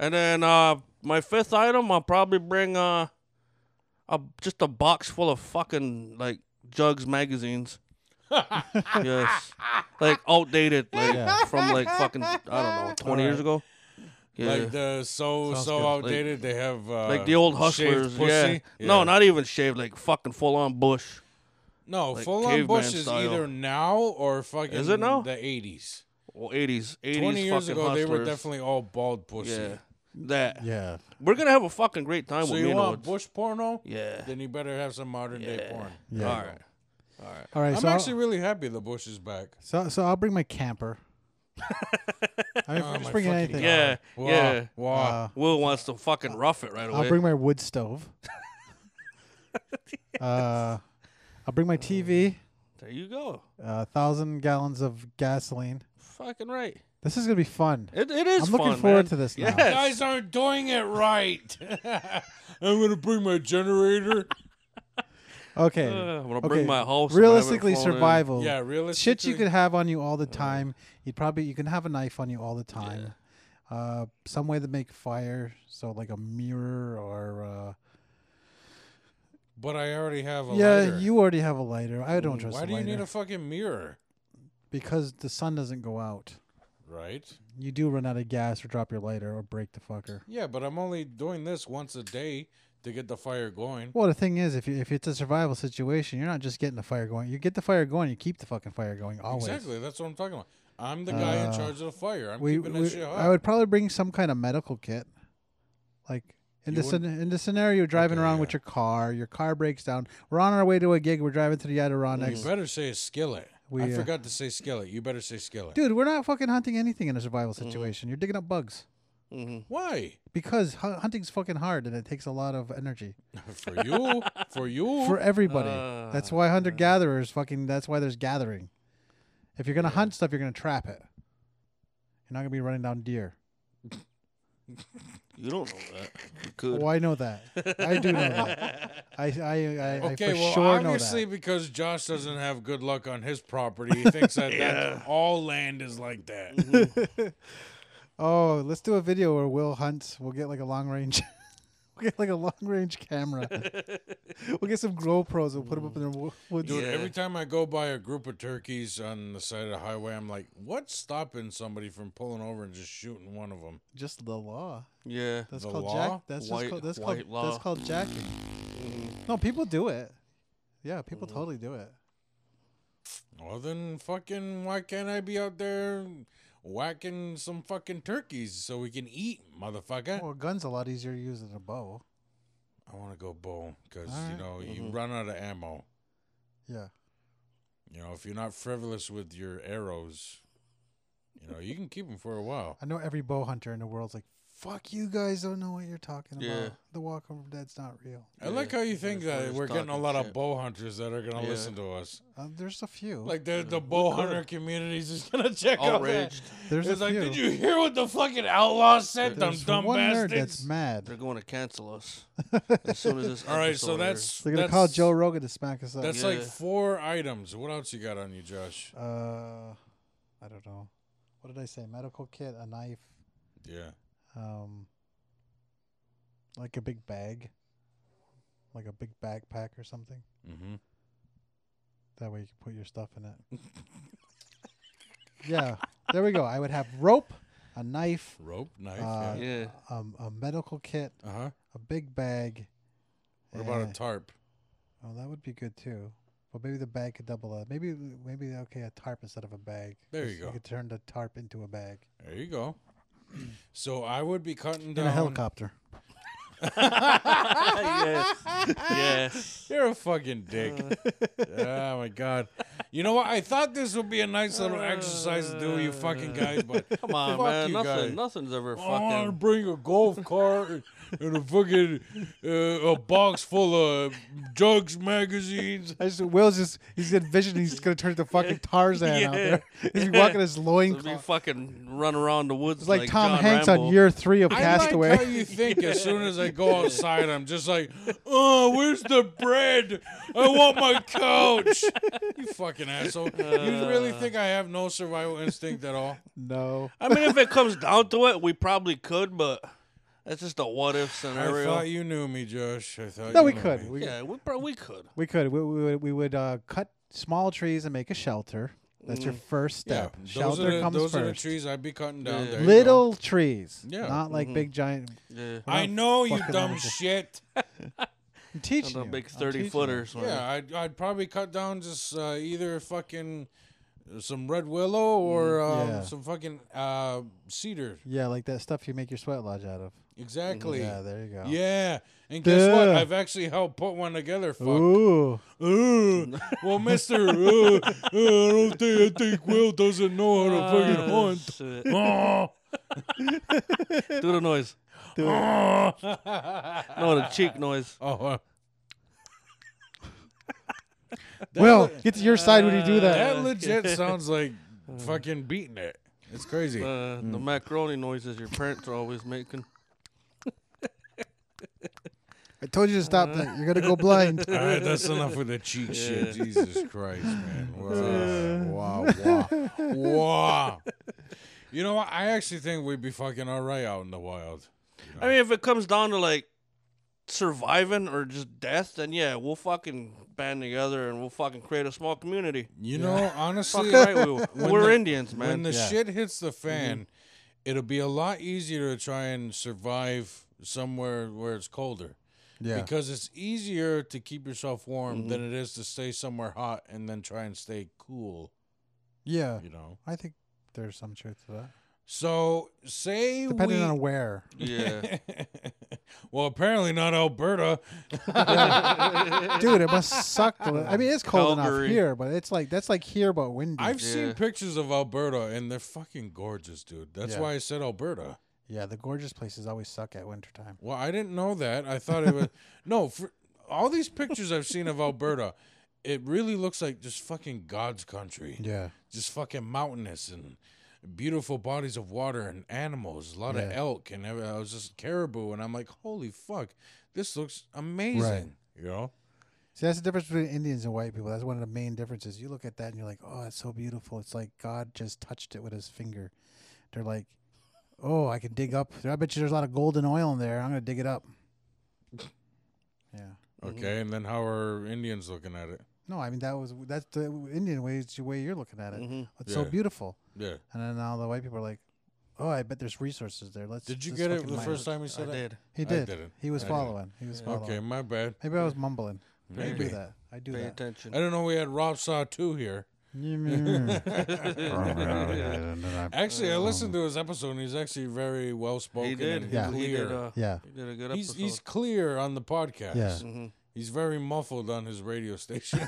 And then uh, my fifth item, I'll probably bring uh, a just a box full of fucking like jugs magazines. yes, like outdated, like
Yeah.
from like fucking I don't know, twenty years ago. Yeah,
Like the so
Sounds
so
good. Like-
outdated. they have uh,
like the old
shaved
hustlers.
pussy.
Yeah. no, not even shaved, like fucking full on bush.
no.
like
full on
caveman
bush is
style.
either now or fucking.
Is it now?
The eighties.
Well, eighties, eighties.
Twenty years
fucking
ago, they were
hustlers.
definitely all bald pussy.
yeah. That
Yeah.
we're gonna have a fucking great time
So
with me
you
and
want
Woods.
bush porno?
Yeah.
Then you better have some modern day
Yeah.
porn.
Yeah.
All right.
All right.
I'm
so,
actually really happy the bush is back.
so so I'll bring my camper.
Oh,
I mean, if I'm
my
just bringing
fucking
anything.
Yeah.
Wow.
Yeah.
Wow.
Uh,
Will wants to fucking rough it right away.
I'll bring my wood stove. uh, I'll bring my TV.
there you go.
A thousand gallons of gasoline.
Fucking right.
This is gonna be fun.
It, it is
I'm looking
fun,
forward
man.
to this now.
Yes.
You guys aren't doing it right. I'm gonna bring my generator.
Okay.
Uh, I'm gonna bring my house. and
Realistically,
have it fall in.
survival.
Yeah, realistically.
Shit you could have on you all the time. You'd probably you can have a knife on you all the time. Uh, some way to make fire. So like a mirror or uh,
But I already have a
yeah,
lighter.
you already have a lighter. I don't trust
Why
a
do you need
lighter.
a fucking mirror?
because the sun doesn't go out.
Right?
You do run out of gas or drop your lighter or break the fucker.
Yeah, but I'm only doing this once a day to get the fire going.
Well, the thing is, if you, if it's a survival situation, you're not just getting the fire going. You get the fire going, you keep the fucking fire going always.
Exactly. That's what I'm talking about. I'm the guy in
Uh,
charge of the fire. I'm
we,
keeping that
we-
shit hot.
I would probably bring some kind of medical kit. Like in
You
the scen- in the scenario you're driving
Okay,
around
yeah.
with your car, your car breaks down. We're on our way to a gig. We're driving to the Adirondacks.
you better say a skillet.
We,
I
uh,
forgot to say skillet. You better say skillet.
Dude, we're not fucking hunting anything in a survival
Mm-hmm.
situation. You're digging up bugs
Mhm.
Why?
because hu- hunting's fucking hard and it takes a lot of energy
For you? For you?
for everybody.
Ah,
that's why hunter gatherers fucking. That's why there's gathering. If you're gonna hunt stuff, you're gonna trap it. You're not gonna be running down deer.
You don't know that. You could.
Oh, I know that. I do know that. I I I, I
okay,
for
well,
sure
obviously,
know that.
because Josh doesn't have good luck on his property, he thinks that,
Yeah. Mm-hmm.
that all land is like that.
Oh, let's do a video where Will hunts. We'll get like a long range. we'll get like a long range camera. we'll get some GoPros. We'll put them up in the wo- woods.
Dude,
Yeah.
every time I go by a group of turkeys on the side of the highway, I'm like, what's stopping somebody from pulling over and just shooting one of them?
Just the law.
Yeah.
That's
The
called jack.
law?
That's just
White-
called, that's
white
called
law.
that's called jacking.
Mm.
No, people do it. Yeah, people totally do it.
Well, then fucking, why can't I be out there whacking some fucking turkeys so we can eat, motherfucker?
Well, a gun's a lot easier to use than a bow.
I want to go bow because, you
Alright.
know,
Mm-hmm.
you run out of ammo.
Yeah.
You know, if you're not frivolous with your arrows, you know, you can keep them for a while.
I know every bow hunter in the world's like, "Fuck you guys, don't know what you're talking
Yeah.
about. The Walk of Dead's not real."
I like how you think
that's why
that
it's
we're getting a
talking
lot
shit.
of bow hunters that are gonna
Yeah.
listen to us.
Uh, there's a few.
Like the the bow hunter communities is gonna check out that.
Outraged.
there's
It's
a
like,
few.
did you hear what the fucking outlaws said? Them
There's
dumb
one nerd that's
bastards.
They're
mad.
going to cancel us as soon as this.
All right, so
episode
that's
They're gonna
that's,
call Joe Rogan to smack us up.
That's
Yeah.
like four items. What else you got on you, Josh?
uh, I don't know. What did I say? Medical kit, a knife,
Yeah.
um, like a big bag, like a big backpack or something.
Mm-hmm.
That way you can put your stuff in it. yeah, there we go. I would have rope, a knife,
Rope, knife.
Uh,
yeah.
Yeah.
um, a medical kit,
Uh huh.
a big bag.
What about
eh,
a tarp?
Oh, that would be good too. But maybe the bag could double up. Maybe, maybe okay, a tarp instead of a bag.
There
Just-
you go.
You could turn the tarp into a bag.
There you go. So I would be cutting down.
And a helicopter.
yes.
Ah!
Yes.
You're a fucking dick.
Uh.
oh my god. You know what? I thought this would be a nice little exercise to do, you fucking guys, but
Come on,
Fuck
man.
you
Nothing.
guys.
Nothing's ever
I want to
fucking.
bring a golf cart and a fucking uh, a box full of drugs magazines.
I just Will's just he's envisioning he's gonna turn into fucking Tarzan out there. He's walking his
Let me
loincloth.
fucking run around the woods
It's like, Tom
John
Hanks
Rambo.
on year three of
I
Castaway.
like how you think as soon as I go outside, I'm just like, oh, where's the bread? I want my couch. You fucking asshole. You really
Uh.
think I have no survival instinct at all?
no,
I mean, if it comes down to it, we probably could, but that's just a what if
I
scenario.
thought you knew me, Josh. I thought
no,
you
we
knew
could.
me.
We,
yeah, we probably we could.
we could. We, we would. We would uh, cut small trees and make a shelter. That's your first
Mm. Yeah,
step.
those,
shelter
are the,
comes
those are the
first.
trees I'd be cutting down.
Yeah.
There you go.
Little trees,
Yeah. Mm-hmm.
not like big giant.
Yeah.
I
not
know you
fucking
dumb
animals.
shit.
I'm teaching
The
you.
big
I'm
30
teaching
footers. man.
Yeah, I'd, I'd probably cut down just uh, either fucking some red willow or um,
Mm, Yeah.
some fucking uh, cedar.
you. Yeah, like that stuff you make your sweat lodge out of.
Exactly.
Yeah, there you go.
Yeah, and guess what?
Duh.
I've actually helped put one together. Fuck.
Ooh,
Ooh. Well, Mister, uh, uh, I don't think I think Will doesn't know how
Uh.
to fucking
Oh,
hunt.
shit.
Oh,
Do the noise.
oh.
No, the cheek noise.
Oh, uh, that
Will,
le-
get to your side when you do that.
that legit sounds like
Uh.
fucking beating it. It's crazy.
Uh,
Mm.
The macaroni noises your parents are always making.
I told you to stop that. You're gonna go blind.
All right, that's enough with the cheek shit. Jesus Christ, man. Wow, wow, wow, wow. You know what? I actually think we'd be fucking all right out in the wild.
I mean, if it comes down to like surviving or just death, then yeah, we'll fucking band together and we'll fucking create a small community.
You know, honestly,
Fucking right, we will.
When
We're
the-
Indians,
when
man.
the
Yeah. Mm-hmm.
shit hits the fan, it'll be a lot easier to try and survive somewhere where it's colder.
Yeah. Mm-hmm.
Because it's easier to keep yourself warm than it is to stay somewhere hot and then try and stay cool,
Yeah.
you know.
I think there's some truth to that.
So, say
Depending
we
on where.
yeah.
well, apparently not Alberta.
Dude, it must suck. To li- I mean, it's cold
Calgary.
enough here, but it's like that's like here but windy.
I've seen
Yeah.
pictures of Alberta and they're fucking gorgeous, dude. That's
Yeah.
why I said Alberta.
yeah, the gorgeous places always suck at wintertime.
Well, I didn't know that. I thought it was no. For all these pictures I've seen of Alberta, it really looks like just fucking God's country.
Yeah.
just fucking mountainous and beautiful bodies of water and animals. A lot of
Yeah.
elk and every- I was just caribou, and I'm like, holy fuck, this looks amazing. You know.
See, that's the difference between Indians and white people. That's one of the main differences. You look at that and you're like, oh, it's so beautiful. It's like God just touched it with his finger. They're like, oh, I can dig up. I bet you there's a lot of golden oil in there. I'm going to dig it up. Yeah.
Okay, and then how are Indians looking at it?
No, I mean, that was that's the Indian way, it's the way you're looking at it.
Mm-hmm.
It's so
Yeah.
beautiful.
Yeah.
And then all the white people are like, "Oh, I bet there's resources there. Let's."
Did you
let's
get it
fucking
the
mine
first time you said
I
that?
did.
He
I
did.
didn't.
He was
I didn't.
following. He was following.
Okay, my bad.
Maybe I was mumbling. I do
Maybe.
that. I do
Pay
that.
attention.
I don't know. We had Rob Saw two here. Actually, I listened to his episode, and he's actually very well spoken.
He did.
and
He-
Yeah.
He
clear.
did. Uh,
yeah.
He did a good
he's
episode. Mm-hmm.
he's clear on the podcast.
Yeah.
He's very muffled on his radio station.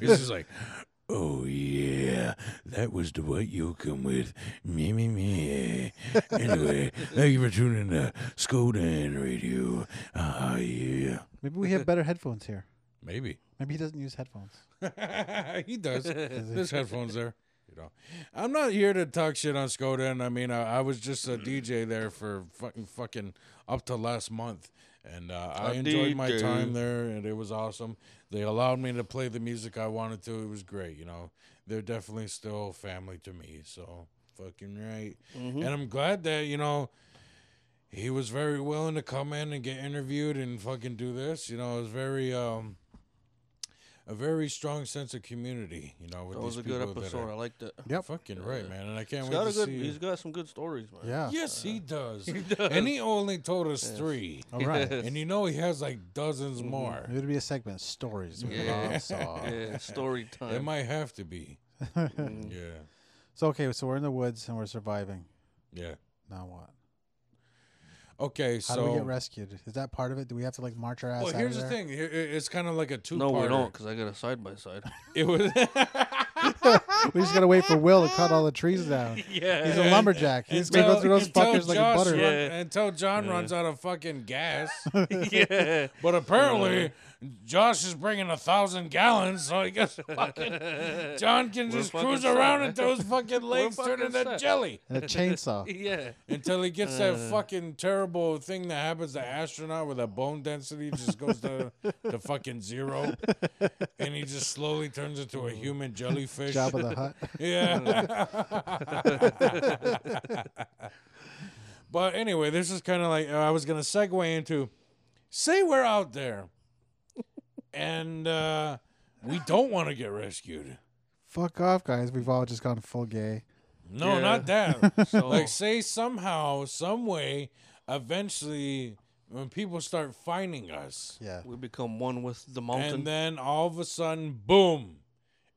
he's just like, "Oh yeah, that was the white you come with me me me." Anyway, thank you for tuning to Skodan Radio. Ah yeah,
Maybe we have better headphones here.
maybe.
Maybe he doesn't use headphones.
he does. There's headphones there. You know, I'm not here to talk shit on Skoda, and I mean, I, I was just a DJ there for fucking fucking up to last month, and uh, I
A
enjoyed my
DJ.
time there, and it was awesome. They allowed me to play the music I wanted to. It was great. You know, they're definitely still family to me. So fucking right, and I'm glad that you know he was very willing to come in and get interviewed and fucking do this. You know, it was very um a very strong sense of community. You know, with
That was
these
a good
people that
episode. I
are
liked it.
Yep.
fucking right, man, and I can't
He's
wait
got
to
a good.
see.
He's got some good stories, man.
Yeah.
Yes, he does. And he only told us three.
All right.
And you know he has like dozens
Mm-hmm.
more.
It'll be a segment stories. we
Yeah.
all saw.
Yeah, Mm-hmm. story time.
It might have to be. yeah.
So okay, so we're in the woods and we're surviving.
Yeah.
Now what?
Okay,
How
so
do we get rescued? Is that part of it? Do we have to like march our ass?
Well,
out
here's
of
the
there?
thing. Here- it- It's kind of like a two.
no, we don't, because I got a side by side.
It was.
We just gotta wait for Will to cut all the trees down.
Yeah.
He's a lumberjack. He's gonna go through those fuckers like
Josh
butter.
run-
Yeah.
Until John runs out of fucking gas.
yeah.
but apparently, Josh is bringing a thousand gallons, so I guess fucking John can just
fucking
cruise around
set.
until his fucking legs turn
fucking
into
set. Uh.
jelly.
And a chainsaw.
Yeah.
Until he gets that fucking terrible thing that happens to astronaut where the bone density just goes to, to fucking zero. And he just slowly turns into a human jellyfish.
Job of the hut.
Yeah. but anyway, this is kind of like uh, I was going to segue into say we're out there and uh, we don't want to get rescued.
Fuck off, guys. We've all just gone full gay.
No,
Yeah.
not that.
So
like, say somehow, some way, eventually, when people start finding us,
Yeah.
we become one with the
and
mountain.
then all of a sudden, boom,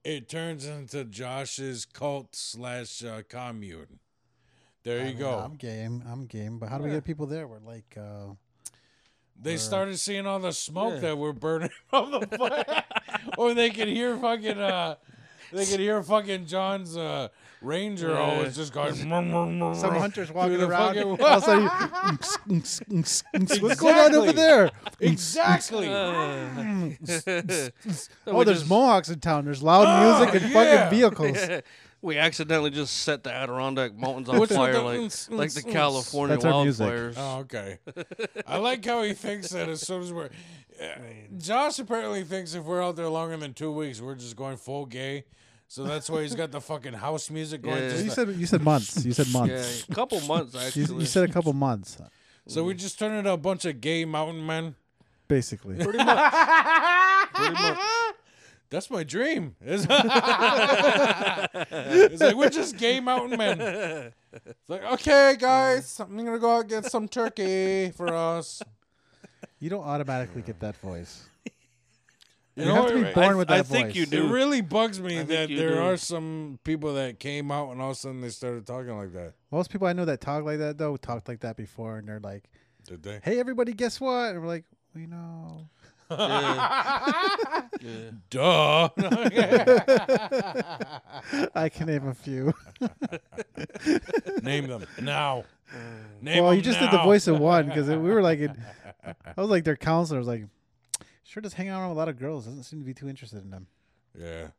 it turns into Josh's cult slash uh, commune. There you
I mean,
go.
I'm game. I'm game. But how do we get people there? We're like, uh,
They started seeing all the smoke
Yeah.
that were burning from the fire, or they could hear fucking. Uh, they could hear fucking John's uh, Ranger
Yeah.
always just going. "Mrum, mrum, mrum,
some
mrum,"
hunters
through
walking
the
around.
fucking-
all of a sudden you- nks, nks, nks, nks. What's going on over
Exactly.
there?
exactly.
Oh, there's Mohawks in town. There's loud
Oh,
music and
yeah.
fucking vehicles.
we accidentally just set the Adirondack Mountains on
What's with the
fire, like,
oons,
like the
oons, oons?
California
That's our music.
wildfires.
Oh, okay. I like how he thinks that as soon as we're. Uh, Josh apparently thinks if we're out there longer than two weeks, we're just going full gay. So that's why he's got the fucking house music going.
Yeah.
just
You
the-
said you said months. You said
yeah,
months.
a couple months
Oh, You,
actually.
you said a couple months,
so we just turned into a bunch of gay mountain men.
basically.
That's my dream. It's, It's like we're just gay mountain men. It's like, okay, guys, I'm gonna go out get some turkey for us.
You don't automatically get that voice.
You,
You have to be
it-
born
I-
with
I
that voice.
think you
It
do.
really bugs me that
you
there
do.
are some people that came out and all of a sudden they started talking like that.
Most people I know that talk like that though talked like that before, and they're like,
Did they?
"Hey, everybody, guess what?" And we're like, "We know."
Yeah.
Duh.
I can name a few.
Name them now. Name
Uh, well, you
them
just did the
now.
voice of one because we were like, in, I was like their counselor. I was like, sure does hang around with a lot of girls. Doesn't seem to be too interested in them.
Yeah.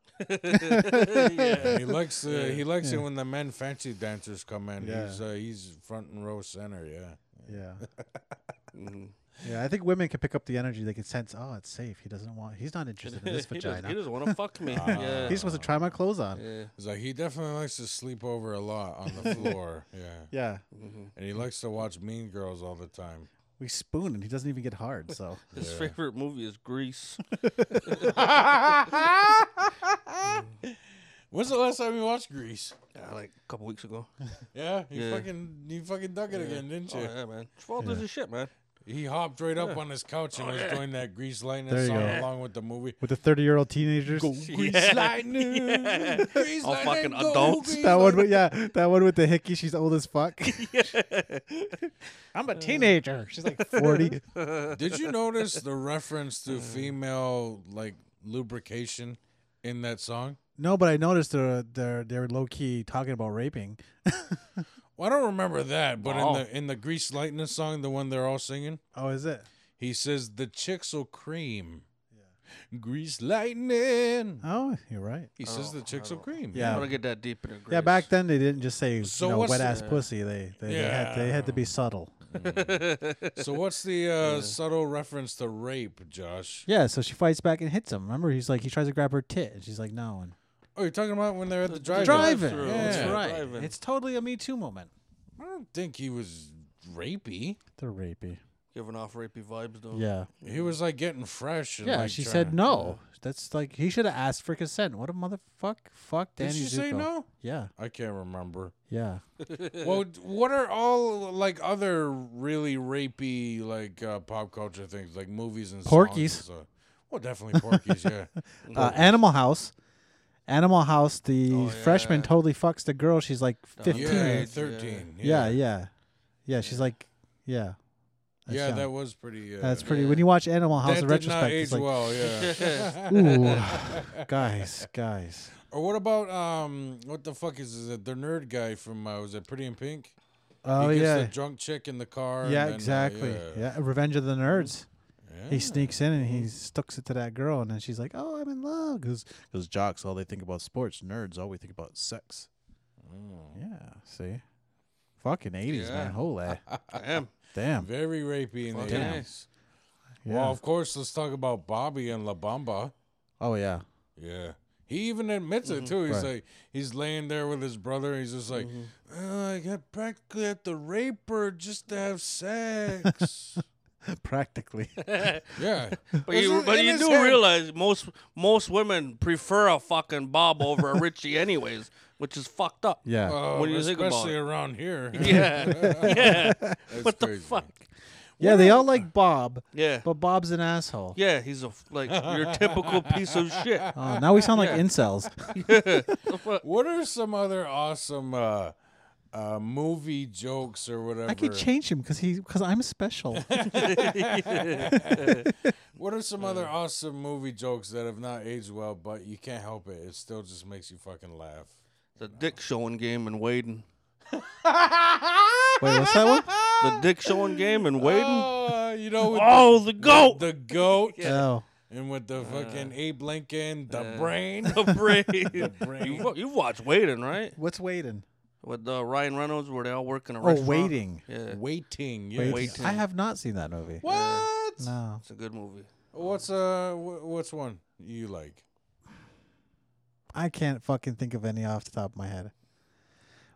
He likes uh, he likes it when the men fancy dancers come in.
Yeah.
He's uh, he's front and row center. Yeah.
Yeah. Yeah, I think women can pick up the energy. They can sense, oh, it's safe. He doesn't want. He's not interested in this
he, does,
vagina. Ah,
he doesn't want to fuck me. yeah.
He just wants to try my clothes on.
yeah.
He's like he definitely likes to sleep over a lot on the floor. yeah.
Yeah.
And he likes to watch Mean Girls all the time.
We spoon and he doesn't even get hard. So
His favorite movie is Grease.
When's the last time you watched Grease?
Yeah, like a couple weeks ago.
Yeah, you
Yeah.
fucking you fucking dug it again, didn't
Oh
you?
yeah, man. Travolta's a shit, man.
He hopped right up on his couch
Oh,
and was doing that Grease Lightning
There you
song
go.
along with the movie.
with the thirty-year-old teenagers,
Grease
Yeah.
Lightning, Grease
All
Lightning,
fucking
go,
adults.
Grease
that one,
Lightning.
with, yeah, that one with the hickey. She's old as fuck. I'm a teenager. She's like forty.
Did you notice the reference to female like lubrication in that song?
no, but I noticed they're they're they're low key talking about raping.
Well, I don't remember that, but
Wow.
in the in the Grease Lightning song, the one they're all singing,
Oh, is it?
he says the chicks will cream. Grease lightning.
Oh, you're right.
He says the chicks will cream.
I
Yeah.
want to get that deep in her Grease.
Yeah, back then they didn't just say
So
you know,
what's
wet
the-
ass pussy. They they, they had they had to be subtle.
So what's the uh, subtle reference to rape, Josh?
Yeah, so she fights back and hits him. Remember, he's like he tries to grab her tit, and she's like no. And
Oh, you're talking about when they're at the drive-in.
driving,
drive-thru.
Yeah.
that's right.
Driving.
It's totally a Me Too moment.
I don't think he was rapey.
They're rapey.
Giving off rapey vibes though.
Yeah.
He was like getting fresh. And,
Yeah,
like,
she
trying
said
to-
no. That's like he should have asked for consent. What a motherfuck! Fuck Danny
Did she say
Zuko.
no?
Yeah,
I can't remember.
yeah.
well, d- what are all like other really rapey like uh, pop culture things like movies and
Porky's.
Songs and stuff? well, definitely Porky's. yeah.
Uh, Animal House, Animal House. The
Oh,
freshman
yeah.
totally fucks the girl. She's like fifteen.
Oh, Yeah,
Yeah,
Teenage,
thirteen.
yeah, yeah. she's like, yeah. That's
Yeah,
young.
that was pretty. Uh,
That's pretty. When you watch Animal House
that
in
did
retrospect,
not age
it's like,
well. Yeah.
ooh, guys, guys.
Or what about um, what the fuck is it? The nerd guy from uh, was it Pretty in Pink?
Oh
he gets
yeah,
the drunk chick in the car. and
yeah,
then, uh,
exactly. yeah. Revenge of the Nerds.
yeah.
He sneaks in and he sticks it to that girl, and then she's like, "Oh, I'm in love," because jocks all they think about sports, nerds all we think about sex. Yeah, see, fucking eighties
Yeah.
man, holy
Damn.
damn.
Very rapey in the
Fucking
eighties.
nice.
Yeah.
Well, of course, let's talk about Bobby and La Bamba.
oh yeah,
Yeah. He even admits
Mm-hmm.
it too. He's
Right.
like, he's laying there with his brother. And he's just like,
Mm-hmm.
"Oh, I got practically at the raper just to have sex.
practically.
yeah,
But you, but you do realize most most women prefer a fucking bob over a Richie anyways, which is fucked up.
yeah,
what do you think
about
Oh, especially
it?
around here.
Yeah. yeah.
That's
what the
crazy.
fuck?
yeah. They all like Bob,
Yeah.
but Bob's an asshole.
Yeah, he's a f- like your typical piece of shit.
Oh, now we sound like
Yeah.
incels.
What are some other awesome uh, uh, movie jokes or whatever?
I could change him because he because I'm special.
What are some other awesome movie jokes that have not aged well, but you can't help it? It still just makes you fucking laugh.
The dick showing game and wading.
Wait, what's that one?
The dick showing game and wading.
Uh, you know, with
Oh, the
the,
goat.
the goat
Oh,
and with the fucking Abe Lincoln, the brain.
The brain.
brain.
You, wa- you watched Waiting, right?
what's waiting?
With uh, Ryan Reynolds, where they all work in a
Oh,
restaurant.
waiting.
Yeah,
Waiting. Yeah.
Waiting.
Waiting.
I have not seen that movie.
What?
No.
it's a good movie.
What's uh? wh- What's one you like?
I can't fucking think of any off the top of my head.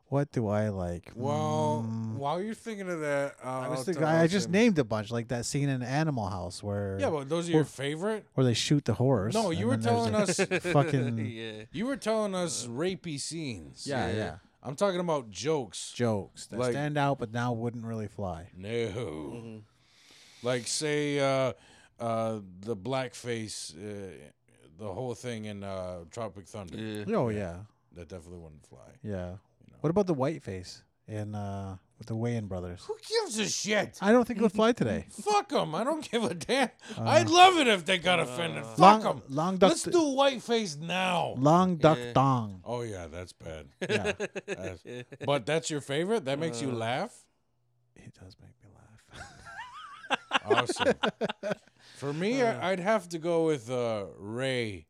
What do I like?
Well,
Mm,
while you're thinking of that, uh,
I was
I'll
thinking,
tell-
I
I'll
just
say-
named a bunch, like that scene in Animal House where
Yeah, but those are your favorite.
where they shoot the horse.
No, you
and
were
then there's
telling
a
us. Hmm.
fucking
Yeah.
You were telling us rapey scenes.
yeah,
Yeah.
yeah
I'm talking about jokes.
jokes that
Like-
stand out, but now wouldn't really fly.
No. Like say uh uh the blackface uh, the whole thing in uh Tropic Thunder.
Yeah.
Oh yeah,
That definitely wouldn't fly.
yeah. What about the white face in uh, with the Wayan brothers?
Who gives a shit?
I don't think it would fly today.
Fuck them. I don't give a damn. I'd love it if they got offended. Fuck
Uh. long,
them.
long duck,
Let's do whiteface now.
long duck
Yeah.
dong.
Oh yeah, that's bad.
Yeah,
That's- but that's your favorite. That makes you laugh.
it does make me laugh.
Awesome. For me, I- I'd have to go with uh, Ray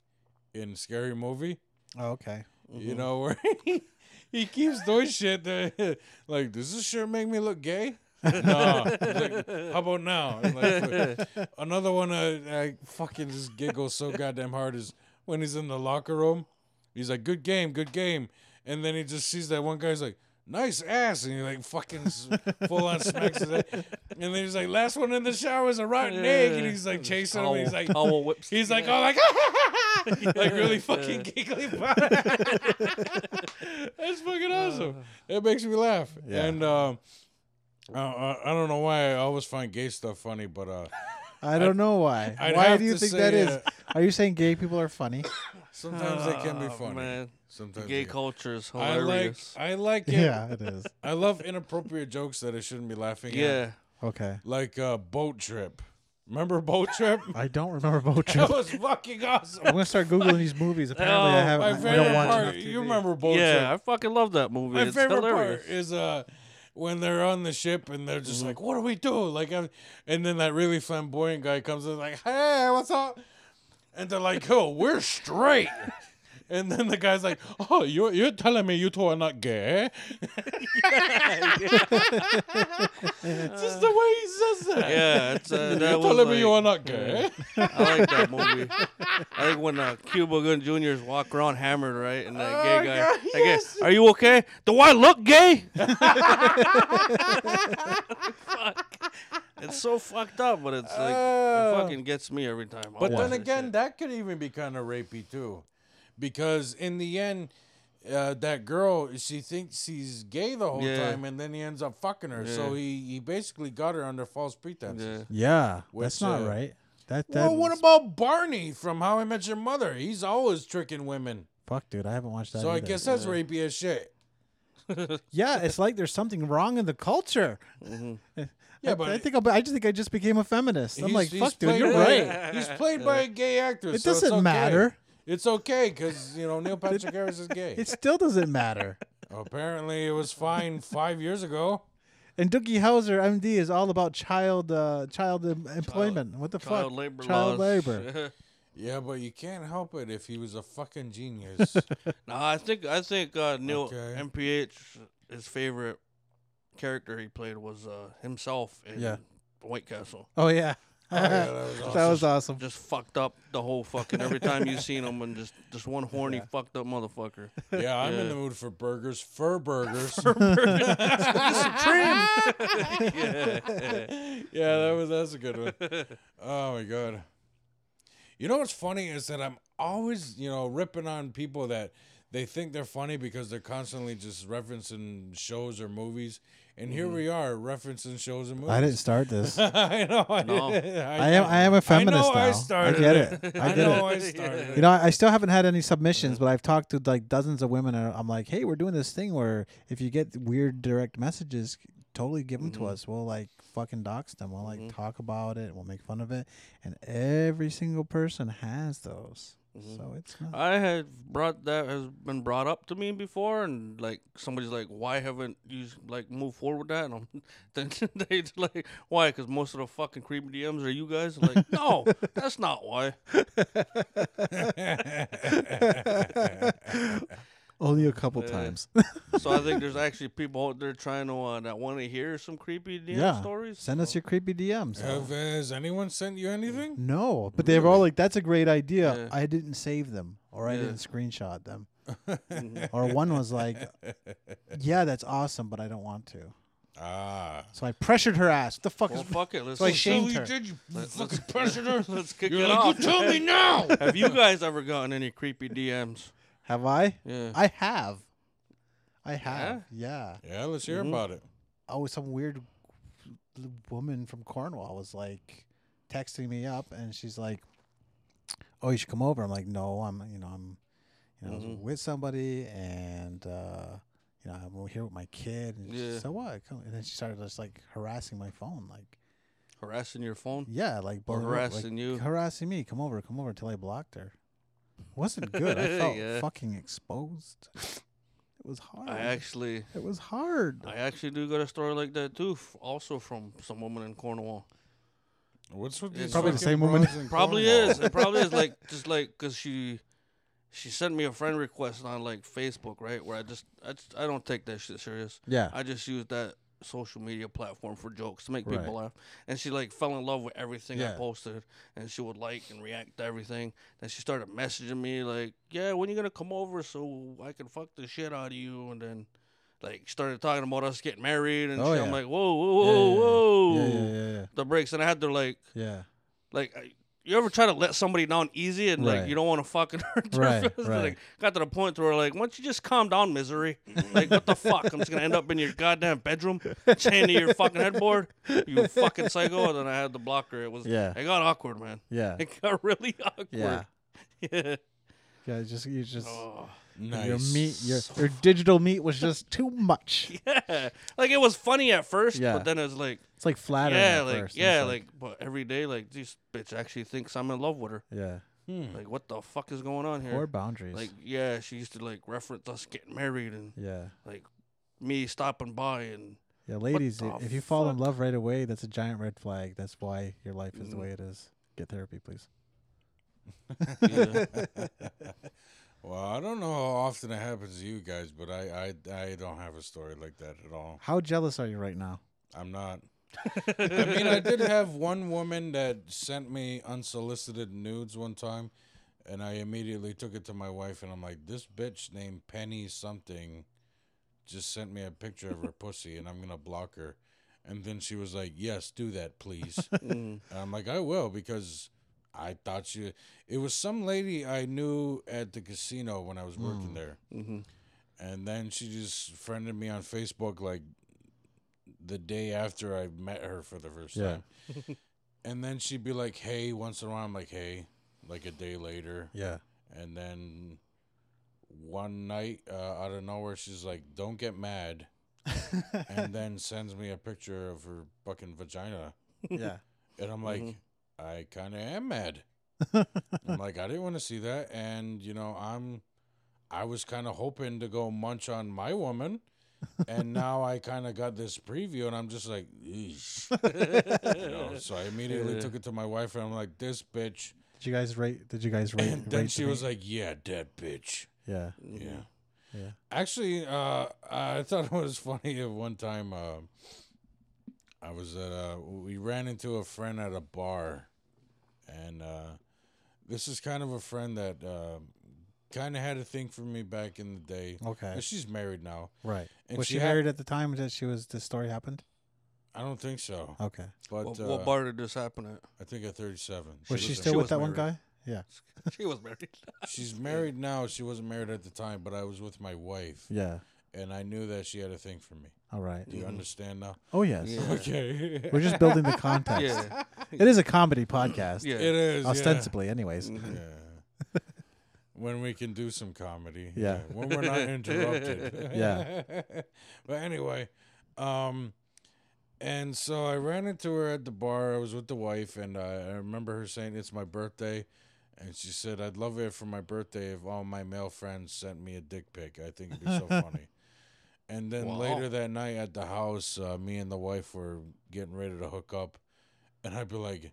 in Scary Movie.
oh, okay.
You know where he, he keeps doing shit that like, does this shirt make me look gay? no. Like, how about now? And, like, like, another one I, I fucking just giggle so goddamn hard is when he's in the locker room. He's like, "Good game, good game," and then he just sees that one guy's like, "Nice ass," and he like fucking s- full on smacks his ass. And then he's like, "Last one in the shower is a rotten egg," and he's like chasing him. And he's like,
towel whips.
He's like, oh, like, like really fucking giggly about it. That's
Uh.
fucking awesome. It makes me laugh.
Yeah.
And um, I- I, I don't know why I always find gay stuff funny, but uh,
I don't know why.
I'd
why
have
do you
to
think
say,
that is?
uh,
Are you saying gay people are funny?
sometimes they can be
Oh,
funny.
Man,
Sometimes
gay
they can-
culture is
I like
hilarious.
I like it.
yeah, it is.
I love inappropriate jokes that I shouldn't be laughing at.
yeah.
Okay.
Like uh, boat trip. Remember boat trip?
I don't remember
that
boat trip.
was fucking
I'm
awesome.
gonna start googling these movies. Apparently,
Oh,
I
My
haven't. I
favorite
don't watch
part.
enough.
You remember boat trip?
Yeah, I fucking love that movie.
My
it's
favorite
hilarious. Mm-hmm.
part is uh when they're on the ship and they're just like, "What do we do?" Like, I'm, and then that really flamboyant guy comes in like, "Hey, what's up?" And they're like, "Oh, we're straight." And then the guy's like, "Oh, you you're telling me you two are not gay?" Just the way he says that.
Yeah, it's, uh, that
You're
was
telling
like,
me you are not gay?
I like that movie. I think when uh, Cuba Gooding Jr. is walking around hammered, right, and the
Oh,
gay guy,
God,
that guy,
yes.
are you okay? Do I look gay? Fuck. It's so fucked up, but it's like
Oh.
it fucking gets me every time. I'll
But
watch
then
that
again,
shit.
that could even be kind of rapey too, because in the end, uh, that girl she thinks he's gay the whole
Yeah.
time, and then he ends up fucking her. So
Yeah.
he he basically got her under false pretenses.
yeah.
Yeah,
Which,
that's not
uh,
right. That that
Well, what about Barney from How I Met Your Mother? He's always tricking women.
fuck, dude. I haven't watched that.
So I
either.
guess that's rapey as shit.
yeah, it's like there's something wrong in the culture.
Mm-hmm. Yeah,
I,
but
I think I'll, be- I just think I just became a feminist. I'm
he's-
like,
he's
fuck, dude,
played
you're
by-
right.
He's played by a gay actress.
It
so it's
doesn't
okay.
matter.
It's okay because you know Neil Patrick Harris is gay.
It still doesn't matter.
Apparently, it was fine five years ago.
And Doogie Howser, MD, is all about child uh, child em- employment. what the
Child
fuck?
labor.
child
laws.
labor.
Yeah, but you can't help it if he was a fucking genius.
no, I think I think uh, Neil
Okay.
MPH his favorite character he played was uh, himself in
Yeah.
White Castle.
Oh yeah,
yeah, that was
that was awesome.
Just fucked up the whole fucking every time you seen him and just just one horny fucked up motherfucker.
yeah, I'm in
Yeah.
the mood for burgers, fur burgers.
yeah.
yeah, that was that's a good one. Oh my god. You know what's funny is that I'm always, you know, ripping on people that they think they're funny because they're constantly just referencing shows or movies. And here we are referencing shows and movies.
Mm-hmm. I didn't start this.
I know. I,
No.
I am I am a feminist
I know
now.
I started.
get it. I
I
get
know
it.
I started.
You know, I still haven't had any submissions, but I've talked to like dozens of women, and I'm like, "Hey, we're doing this thing where if you get weird direct messages, totally give
Mm-hmm.
them to us. We'll like fucking dox them. We'll like talk about it. We'll make fun of it." And every single person has those,
Mm-hmm.
so it's
Uh,
not.
I had brought that has been brought up to me before, and like somebody's like, "Why haven't you like moved forward with that?" And I'm, then they just like, "Why?" Because most of the fucking creepy DMs are you guys. I'm like, no, that's not why.
Only a couple times.
So I think there's actually people out there trying to uh, that want to hear some creepy DM
yeah.
stories.
Send us your creepy DMs.
Have, has anyone sent you anything?
No, but they were all like, "That's a great idea."
Yeah.
I didn't save them, or I
Yeah.
didn't screenshot them, or one was like, "Yeah, that's awesome, but I don't want to."
Ah.
So I pressured her ass. What the fuck
Well,
is?
fuck it. Let's
So I
let's-
shamed
you
her.
did, you
let's-
fucking predator.
let's kick
You're
it
like,
off.
you tell me now.
Have you guys ever gotten any creepy DMs?
Have I?
Yeah.
I have. I have. Yeah.
yeah, let's hear about it.
Oh, some weird l- woman from Cornwall was like texting me up, and she's like, "Oh, you should come over." I'm like, "No, I'm you know I'm you know
Mm-hmm.
with somebody, and uh, you know I'm over here with my kid." And she
Yeah.
said, "What?" Come. And then she started just like harassing my phone, like
Harassing your phone?
yeah, like
Or
blowing up, like,
harassing you.
harassing me. Come over, come over until I blocked her. Wasn't good. I felt
Yeah.
fucking exposed. It was hard.
I actually
It was hard.
I actually do got a story like that too, f- also from some woman in Cornwall.
What's with
It's
these
probably
the
fucking
same woman.
broads in
Probably
Cornwall?
is. It probably is like just like because she she sent me a friend request on like Facebook, right? Where I just I just, I don't take that shit serious.
Yeah.
I just use that social media platform for jokes to make
Right.
people laugh. And she like fell in love with everything I
Yeah.
posted, and she would like and react to everything. Then she started messaging me like, "Yeah, when you gonna come over so I can fuck the shit out of you?" And then like started talking about us getting married and
Oh,
shit. I'm
yeah.
like, "Whoa, whoa, whoa, whoa!"
Yeah, yeah, yeah, yeah.
The breaks, and I had to like
yeah.
like I- you ever try to let somebody down easy and
Right.
like you don't want to fucking hurt their
Right,
feelings?
right.
Like got to the point where like, why don't you just calm down, misery? Like what the fuck? I'm just gonna end up in your goddamn bedroom, chained to your fucking headboard. You fucking psycho. And then I had the blocker. It was
Yeah.
It got awkward, man.
Yeah.
It got really awkward.
Yeah.
Yeah.
Yeah, just you just
Oh,
Nice.
your meat your your digital meat was just too much.
yeah. Like it was funny at first,
Yeah.
but then it was like,
It's like flattering.
yeah,
at
like
first. and
yeah,
it's
like, but every day, like this bitch actually thinks I'm in love with her.
yeah.
Hmm.
Like what the fuck is going on here?
Or boundaries.
Like yeah, she used to like reference us getting married and
yeah.
like me stopping by and
Yeah, ladies,
the
i- if you fall
fuck?
in
Mm.
love right away, that's a giant red flag. That's why your life is the way it is. Get therapy, please.
yeah.
Well, I don't know how often it happens to you guys, but I, I, I don't have a story like that at all.
How jealous are you right now?
I'm not. I mean, I did have one woman that sent me unsolicited nudes one time, and I immediately took it to my wife, and I'm like, this bitch named Penny something just sent me a picture of her pussy, and I'm going to block her. And then she was like, yes, do that, please.
Mm.
And I'm like, I will because I thought she. It was some lady I knew at the casino when I was working
Mm.
there,
Mhm.
and then she just friended me on Facebook like the day after I met her for the first
Yeah.
time. and then she'd be like, "Hey," once in a while. I'm like, "Hey," like a day later,
Yeah.
and then one night uh, out of nowhere, she's like, "Don't get mad," and then sends me a picture of her fucking vagina.
yeah.
And I'm like,
Mhm.
I kind of am mad. I'm like, I didn't want to see that. And, you know, I'm, I was kind of hoping to go munch on my woman. And now I kind of got this preview and I'm just like, "Eesh." you know, so I immediately
Yeah.
took it to my wife and I'm like, this bitch.
Did you guys rate? Did you guys rate?
And then
rate
she
the
was
date?
like, yeah, that bitch.
yeah,
Yeah.
yeah.
Actually, uh, I thought it was funny at one time. Uh, I was at uh, we ran into a friend at a bar, and uh, this is kind of a friend that uh, kind of had a thing for me back in the day.
Okay.
But She's married now.
Right.
And
was she,
she had-
married at the time that she was this story happened?
I don't think so,
Okay.
but
What,
uh,
what bar did this happen at?
I think at thirty-seven.
She was
Was she,
a-
still
she
with
was
that one
married.
guy? Yeah.
She was married.
She's married now. She wasn't married at the time, but I was with my wife,
Yeah.
and I knew that she had a thing for me.
All right.
Do you
Mhm.
understand now?
Oh yes.
Yeah.
Okay.
We're just building the context.
yeah.
It is a comedy podcast,
Yeah.
it is yeah.
ostensibly, anyways.
Mhm.
Yeah. when we can do some comedy.
Yeah.
When we're not interrupted.
Yeah.
but anyway, um, and so I ran into her at the bar. I was with the wife, and uh, I remember her saying, "It's my birthday." And she said, "I'd love it for my birthday if all my male friends sent me a dick pic. I think it'd be so funny." And then
Wow.
later that night at the house, uh, me and the wife were getting ready to hook up, and I'd be like,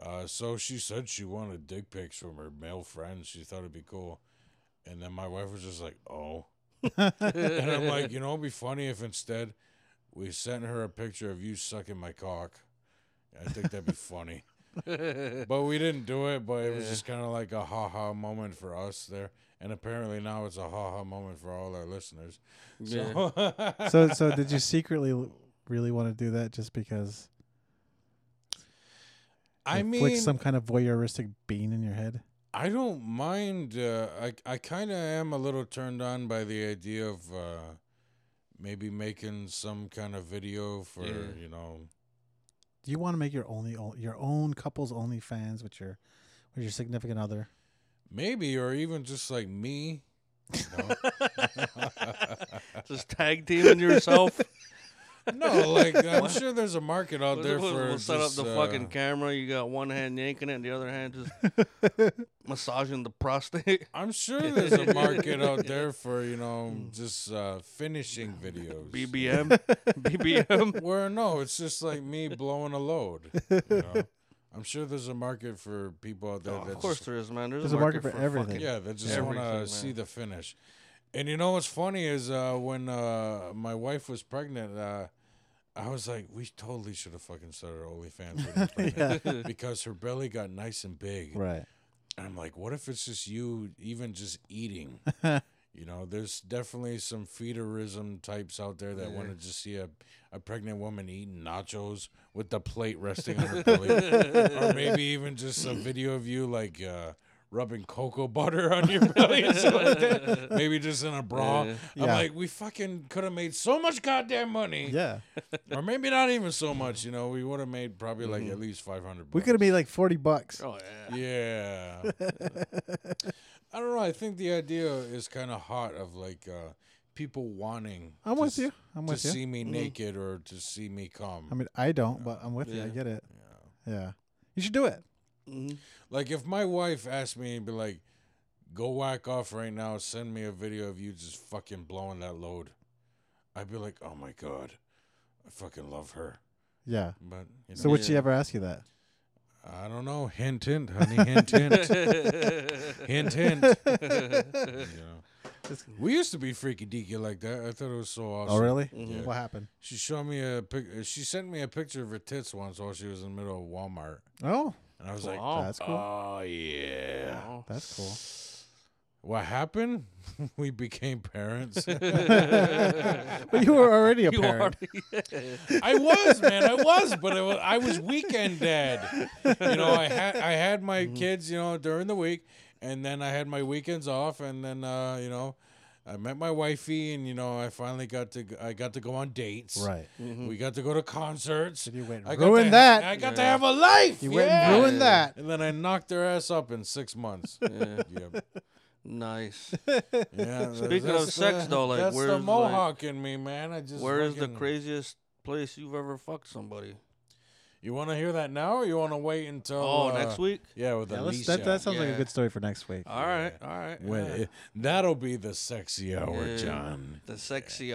uh, so she said she wanted dick pics from her male friends. She thought it'd be cool. And then my wife was just like, oh. And I'm like, you know, it'd be funny if instead we sent her a picture of you sucking my cock. I think that'd be funny. But we didn't do it, but it was
Yeah.
just kind of like a ha ha moment for us there. And apparently now it's a ha ha moment for all our listeners.
yeah.
So,
So, so did you secretly l- really want to do that just because
I
it flicks
mean,
some kind of voyeuristic bean in your head?
I don't mind. Uh, I I kind of am a little turned on by the idea of uh, maybe making some kind of video for
Yeah.
you know.
Do you want to make your only o- your own couples only fans with your with your significant other?
Maybe or even just like me. you know?
Just tag teaming yourself.
no, like I'm sure there's a market out
We'll-
there
we'll,
for.
we'll set up
just,
the
uh,
fucking camera. You got one hand yanking it, and the other hand just massaging the prostate.
I'm sure there's a market out there for you know
Mm.
just uh, finishing videos.
BBM, BBM.
Where no, it's just like me blowing a load. You know? I'm sure there's a market for people out there.
Oh, of
that
course
just,
there is, man. There's,
There's
a market, for,
everything.
fucking-
yeah, they just want
Everything,
to
man.
see the finish. And you know what's funny is uh, when uh, my wife was pregnant, uh, I was like, we totally should have fucking started OnlyFans when we were pregnant. because her belly got nice and big.
Right.
And I'm like, what if it's just you even just eating? you know, there's definitely some feederism types out there that want to just see a, a pregnant woman eating nachos with the plate resting on her belly. or maybe even just a video of you like uh, rubbing cocoa butter on your belly and stuff like that. Maybe just in a bra.
Yeah.
I'm
Yeah.
like, we fucking could have made so much goddamn money.
Yeah.
Or maybe not even so much, you know, we would have made probably like at least 500 bucks.
Mm-hmm. We could have made like forty bucks.
Oh yeah.
Yeah. I don't know. I think the idea is kind of hot of like uh, people wanting.
I'm
to
with
s-
you. I'm
To
with you. Mm-hmm.
see me naked or to see me come.
I mean, I don't, but I'm with you. I
Yeah.
get it. Yeah. You should do it.
Mhm.
like if my wife asked me and be like, "Go whack off right now. Send me a video of you just fucking blowing that load," I'd be like, "Oh my god, I fucking love her."
Yeah.
But you know,
So would she
Yeah.
ever ask you that?
I don't know. Hint, hint, honey. Hint, hint. hint, hint. You know. We used to be freaky deaky like that. I thought it was so awesome.
Oh, really?
Mm-hmm.
Yeah.
What happened?
She showed me a pic. uh, She sent me a picture of her tits once while she was in the middle of Walmart,
Oh,
and I was like,
Wow.
that's cool.
"Oh yeah."
Wow.
that's cool.
What happened? we became parents.
But you were already a
You
parent.
already-
I was, man, I was, but I was, I was weekend dad. You know, I had I had my
Mm-hmm.
kids, you know, during the week, and then I had my weekends off, and then uh, you know, I met my wifey, and you know, I finally got to g- I got to go on dates.
Right.
Mm-hmm.
We got to go to concerts.
You went
I
and
got to
ruined
ha-
that.
I got to have a life.
you went
yeah.
and ruined that.
And then I knocked their ass up in six months.
Yeah.
Yep.
Nice.
Yeah,
Speaking of
that's
sex,
the-
though, like,
that's
where's,
the
like-
mohawk in me, man. I just
Where is the
fucking-
craziest place you've ever fucked somebody?
You want to hear that now, or you want to wait until
Oh,
uh,
next week.
Yeah, with
Yeah, let's,
Alicia.
that, that sounds like a
Yeah.
good story for next week.
All right, all right.
When- it- that'll be the sexy hour,
Yeah.
John.
The sexy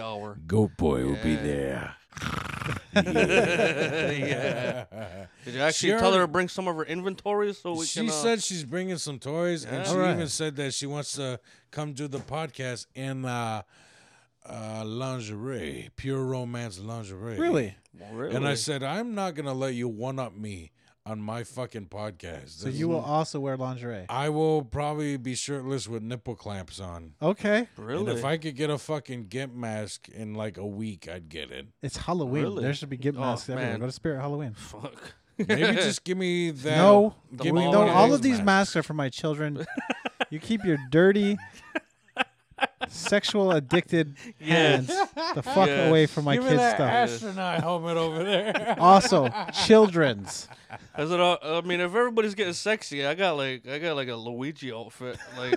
hour.
Goat boy will be
Yeah.
there.
yeah. Did you actually
She
tell her to
already-
bring some of her inventory so we
she
can? uh,
said she's bringing some toys,
Yeah.
and she
All right.
even said that she wants to come do the podcast in uh, uh, lingerie, pure romance lingerie.
Really?
really?
And I said, I'm not gonna let you one up me on my fucking podcast.
So you will also wear lingerie.
I will probably be shirtless with nipple clamps on.
Okay.
really?
And if I could get a fucking gimp mask in like a week, I'd get it.
It's Halloween.
Really?
There should be gift
Oh,
masks everywhere.
man.
Go to Spirit Halloween.
Fuck.
Maybe just give me that.
No,
The
give me
long
no,
one
all of
days
these masks are for my children. you keep your dirty, sexual addicted hands the fuck
Yes.
away from my
Give me
kids'
that
stuff.
astronaut helmet over there.
Also, children's.
I said, uh, I mean, if everybody's getting sexy, I got like, I got like a Luigi outfit. Like,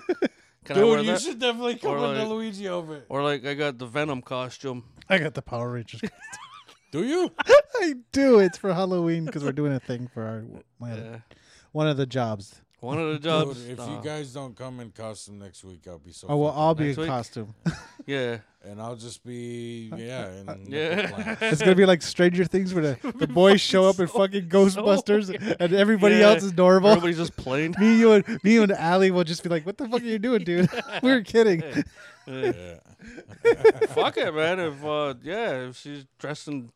can I wear
Dude, you
that?
should definitely come
Or
with the
like-
Luigi outfit.
Or like, I got the Venom costume.
I got the Power Rangers.
Do you?
I do. It's for Halloween because we're doing a thing for our one of, the-
Yeah.
one of the jobs.
One of the
Dude,
jobs.
if you
Nah.
guys don't come in costume next week, I'll be so.
Oh, well,
fucking
I'll be in
Next week?
costume.
yeah,
mad. and I'll just be yeah. And
Yeah.
It's gonna be like Stranger Things where the, the boys show up in fucking Ghostbusters and everybody
Yeah.
else is normal.
everybody's just plain.
me, you, and me and Allie will just be like, "What the fuck are you doing, dude? we were kidding."
yeah.
Fuck it, man. If uh, yeah, if she's dressing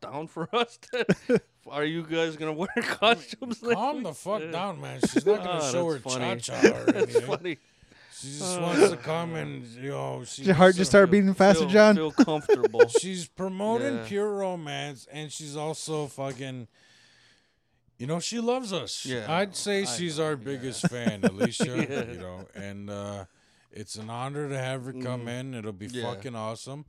down for us, then are you guys gonna wear costumes? next
Calm
week?
the fuck
Yeah.
down, man. She's not gonna
Ah,
show her
that's funny.
cha cha or
That's
anything.
funny. Uh.
She just wants to come and you know. She
Did your heart
so-
just start beating faster,
feel,
John?
Feel comfortable.
She's promoting
Yeah.
pure romance, and she's also fucking. You know, she loves us.
Yeah, I know.
I'd say
I
she's
know,
our
yeah.
biggest fan, Alicia.
Yeah.
You know, and uh, it's an honor to have her come in. It'll be
Mm. Yeah.
fucking awesome.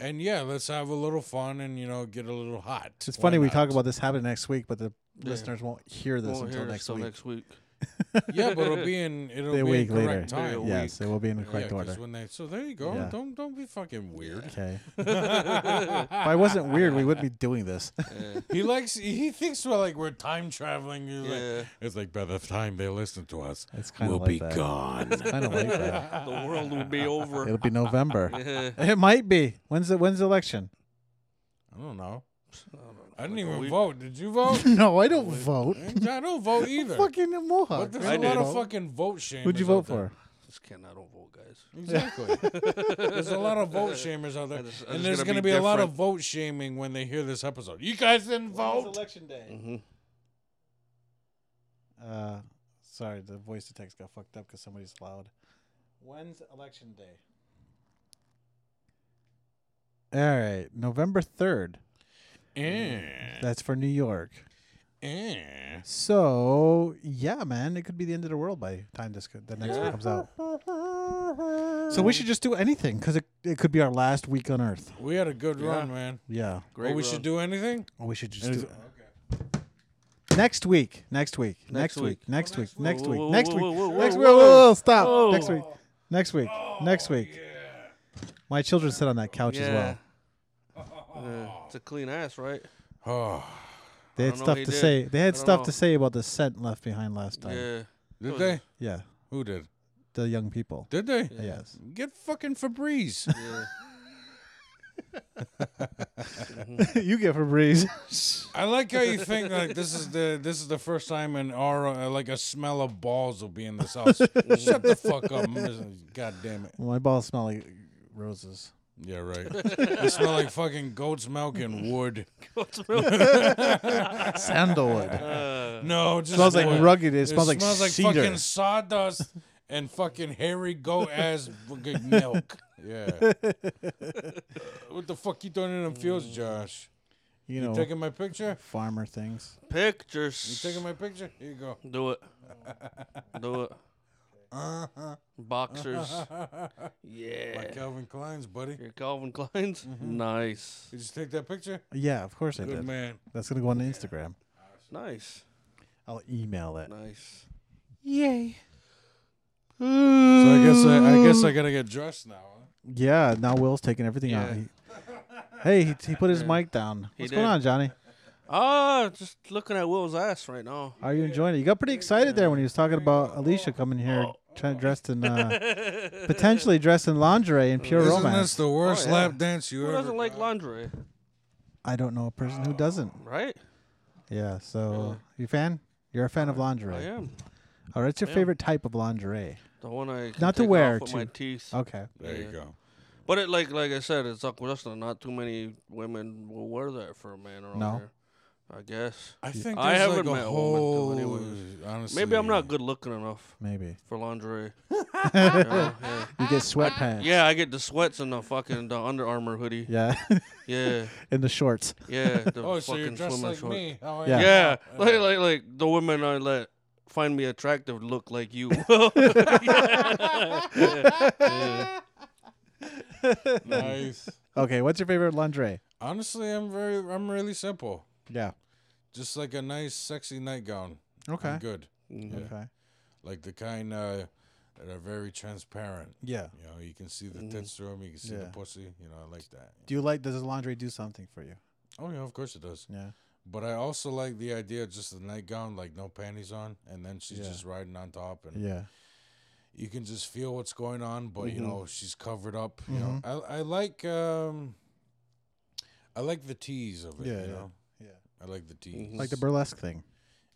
And yeah, let's have a little fun and you know get a little hot.
It's
Why
funny we
not?
talk about this happening next week, but the
Yeah.
listeners won't hear this
Won't
until
hear
next
till
week.
next week.
yeah, but it'll be in it'll
Be a
be
week
in
later.
correct time.
Be a
yes, it will be in the
Yeah,
correct
'cause
order.
when they- so there you go.
Yeah.
Don't don't be fucking weird.
Okay. if I wasn't weird, we wouldn't be doing this.
Yeah.
He likes. He thinks we're like we're time traveling. He's like,
Yeah.
It's like by the time they listen to us,
It's kinda
we'll
like
be
that.
gone.
I don't like that.
the world will be over.
It'll be November.
Yeah.
It might be. When's the when's the election?
I don't know. I didn't
Like a
even
week.
vote. Did you vote?
no, I don't vote.
I don't vote either.
Fucking a mohawk.
But there's
I
a lot
did.
of fucking vote shamers.
Who'd you
out
vote
there.
for?
Just can't. I don't vote, guys.
Exactly. there's a lot of vote shamers out there,
That is- that
and
is
there's
gonna
gonna
be
be, a lot of
different.
vote shaming when they hear this episode. You guys didn't vote.
election day?
Mm-hmm.
Uh, sorry, the voice to text got fucked up because somebody's loud. When's election day? All right, November third.
Eh,
That's for New York.
eh.
So yeah, man, it could be the end of the world by the time this co- the next one comes out. So we should just do anything because it, it could be our last week on Earth.
We had a good
Yeah.
run, man.
Yeah,
Great. we should do anything.
or we should just
Is-
do next week. Next week. Next,
Next
week.
week. Oh,
Next week. Next
Whoa,
week.
whoa,
Next
whoa,
week.
whoa, whoa,
Next
whoa,
week. Whoa, whoa, whoa,
whoa. Oh,
Stop. Next week. Next week. Next week. My children sit on that couch as well.
Yeah. It's a clean ass, right?
Oh,
They had
don't know
stuff
what he
to
did.
say. They had
I don't
stuff
know.
to say about the scent left behind last time. Yeah,
Yeah.
did they? Who did?
the young people.
Did they?
Yes.
Get fucking Febreze.
Yeah.
you get Febreze.
I like how you think like this is the this is the first time an aura uh, like a smell of balls will be in this house. Shut the fuck up! I'm- God damn it!
My balls smell like roses.
Yeah, right. They smell like fucking goat's milk and wood.
Sandalwood.
Uh,
No, it just
smells like
wood.
rugged. It, smells, like cedar.
fucking sawdust and fucking hairy goat ass fucking milk. Yeah. what the fuck you doing in them
Mm.
fields, Josh?
you know,
Taking my picture?
farmer things.
You
pictures.
taking my picture? Here you go.
Do it. Do it.
Uh-huh.
Boxers. Yeah.
Like Calvin Klein's, buddy.
Your Calvin Klein's.
Mm-hmm.
Nice.
Did you take that picture?
Yeah, of course I
Good
did.
man.
That's gonna go on Instagram.
Nice.
I'll email that.
Nice.
Yay.
So I guess I, I guess I gotta get dressed now. Huh?
Yeah, now Will's taking everything out.
Yeah.
He, hey, he, he put his mic down.
He
What's going
did.
on, Johnny?
Ah, just looking at Will's ass right now.
Are you enjoying it? You got pretty excited there when he was talking about Alicia coming here trying dressed in uh, potentially dressed in lingerie and pure
Isn't
romance.
this the worst
Oh, yeah.
lap dance you
Who
ever?
doesn't like lingerie,
I don't know a person who doesn't.
right?
Yeah, so you a fan? You're a fan of
I
lingerie.
am.
All right, what's Oh, your
Yeah.
favorite type of lingerie?
The one I can
Not to uh,
take
wear,
off with my
too.
teeth.
Okay.
There you
Yeah.
go.
But it like like I said, it's like Western. Not too many women will wear that for a man around
No.
here. I guess.
I think
I
there's like
haven't
a
met a
whole.
woman till anyways.
honestly,
Maybe I'm not good looking enough
Maybe.
for lingerie. You know, yeah.
You get sweatpants.
Yeah, I get the sweats and the fucking the Under Armour hoodie.
Yeah.
Yeah,
in the shorts.
yeah. The
Oh,
fucking
so you're dressed
swimming
like
short.
me? How are
Yeah.
you?
Yeah, like like like the women I let find me attractive look like you. Yeah.
nice.
Okay, what's your favorite lingerie?
Honestly, I'm very, I'm really simple.
Yeah.
Just like a nice, sexy nightgown. I'm
Okay.
good.
Mhm.
Okay.
Like the kind uh, that are very transparent.
Yeah.
You know, you can see the tits through 'em, You can see the
Yeah.
pussy. You know, I like that.
Do you like does laundry do something for you?
Oh yeah, of course it does.
Yeah.
But I also like the idea of just the nightgown, like no panties on, and then she's
Yeah.
just riding on top, and
Yeah. Mm-hmm.
you can just feel what's going on. But you know, she's covered up. You know, I I like um, I like the tease of it.
Yeah,
you
yeah.
know,
Yeah.
I like the tease.
Like the burlesque thing.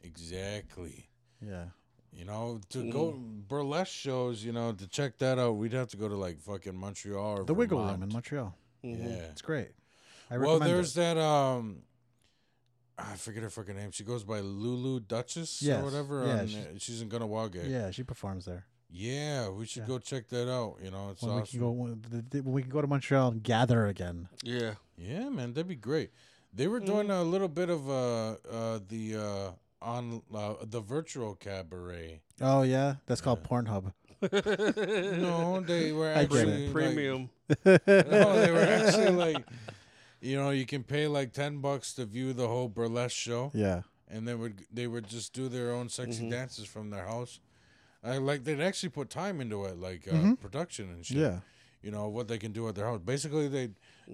exactly.
Yeah.
You know, to go burlesque shows, you know, to check that out, we'd have to go to like fucking Montreal or
The Wiggle
Vermont.
Room in Montreal.
Yeah.
It's great. I
well,
recommend
there's
it.
that um, I forget her fucking name. She goes by Lulu Duchess
Yes.
or whatever.
Yeah,
on,
she's-
uh, she's in Gunawaga. Yeah.
Yeah, she performs there.
we should
Yeah.
go check that out. You know, it's
When we,
awesome.
can go, when the- the- when we can go to Montreal and gather again.
Yeah.
Yeah, man, that'd be great. They were doing a little bit of uh, uh the uh on uh, the virtual cabaret.
Oh yeah, that's called Pornhub.
No, they were
I get it.
actually like,
Premium.
No, they were actually like, you know, you can pay like ten bucks to view the whole burlesque show,
Yeah.
and they would they would just do their own sexy dances from their house. I like they'd actually put time into it, like uh, production and shit.
Mm-hmm. Yeah.
you know what they can do at their house. Basically, they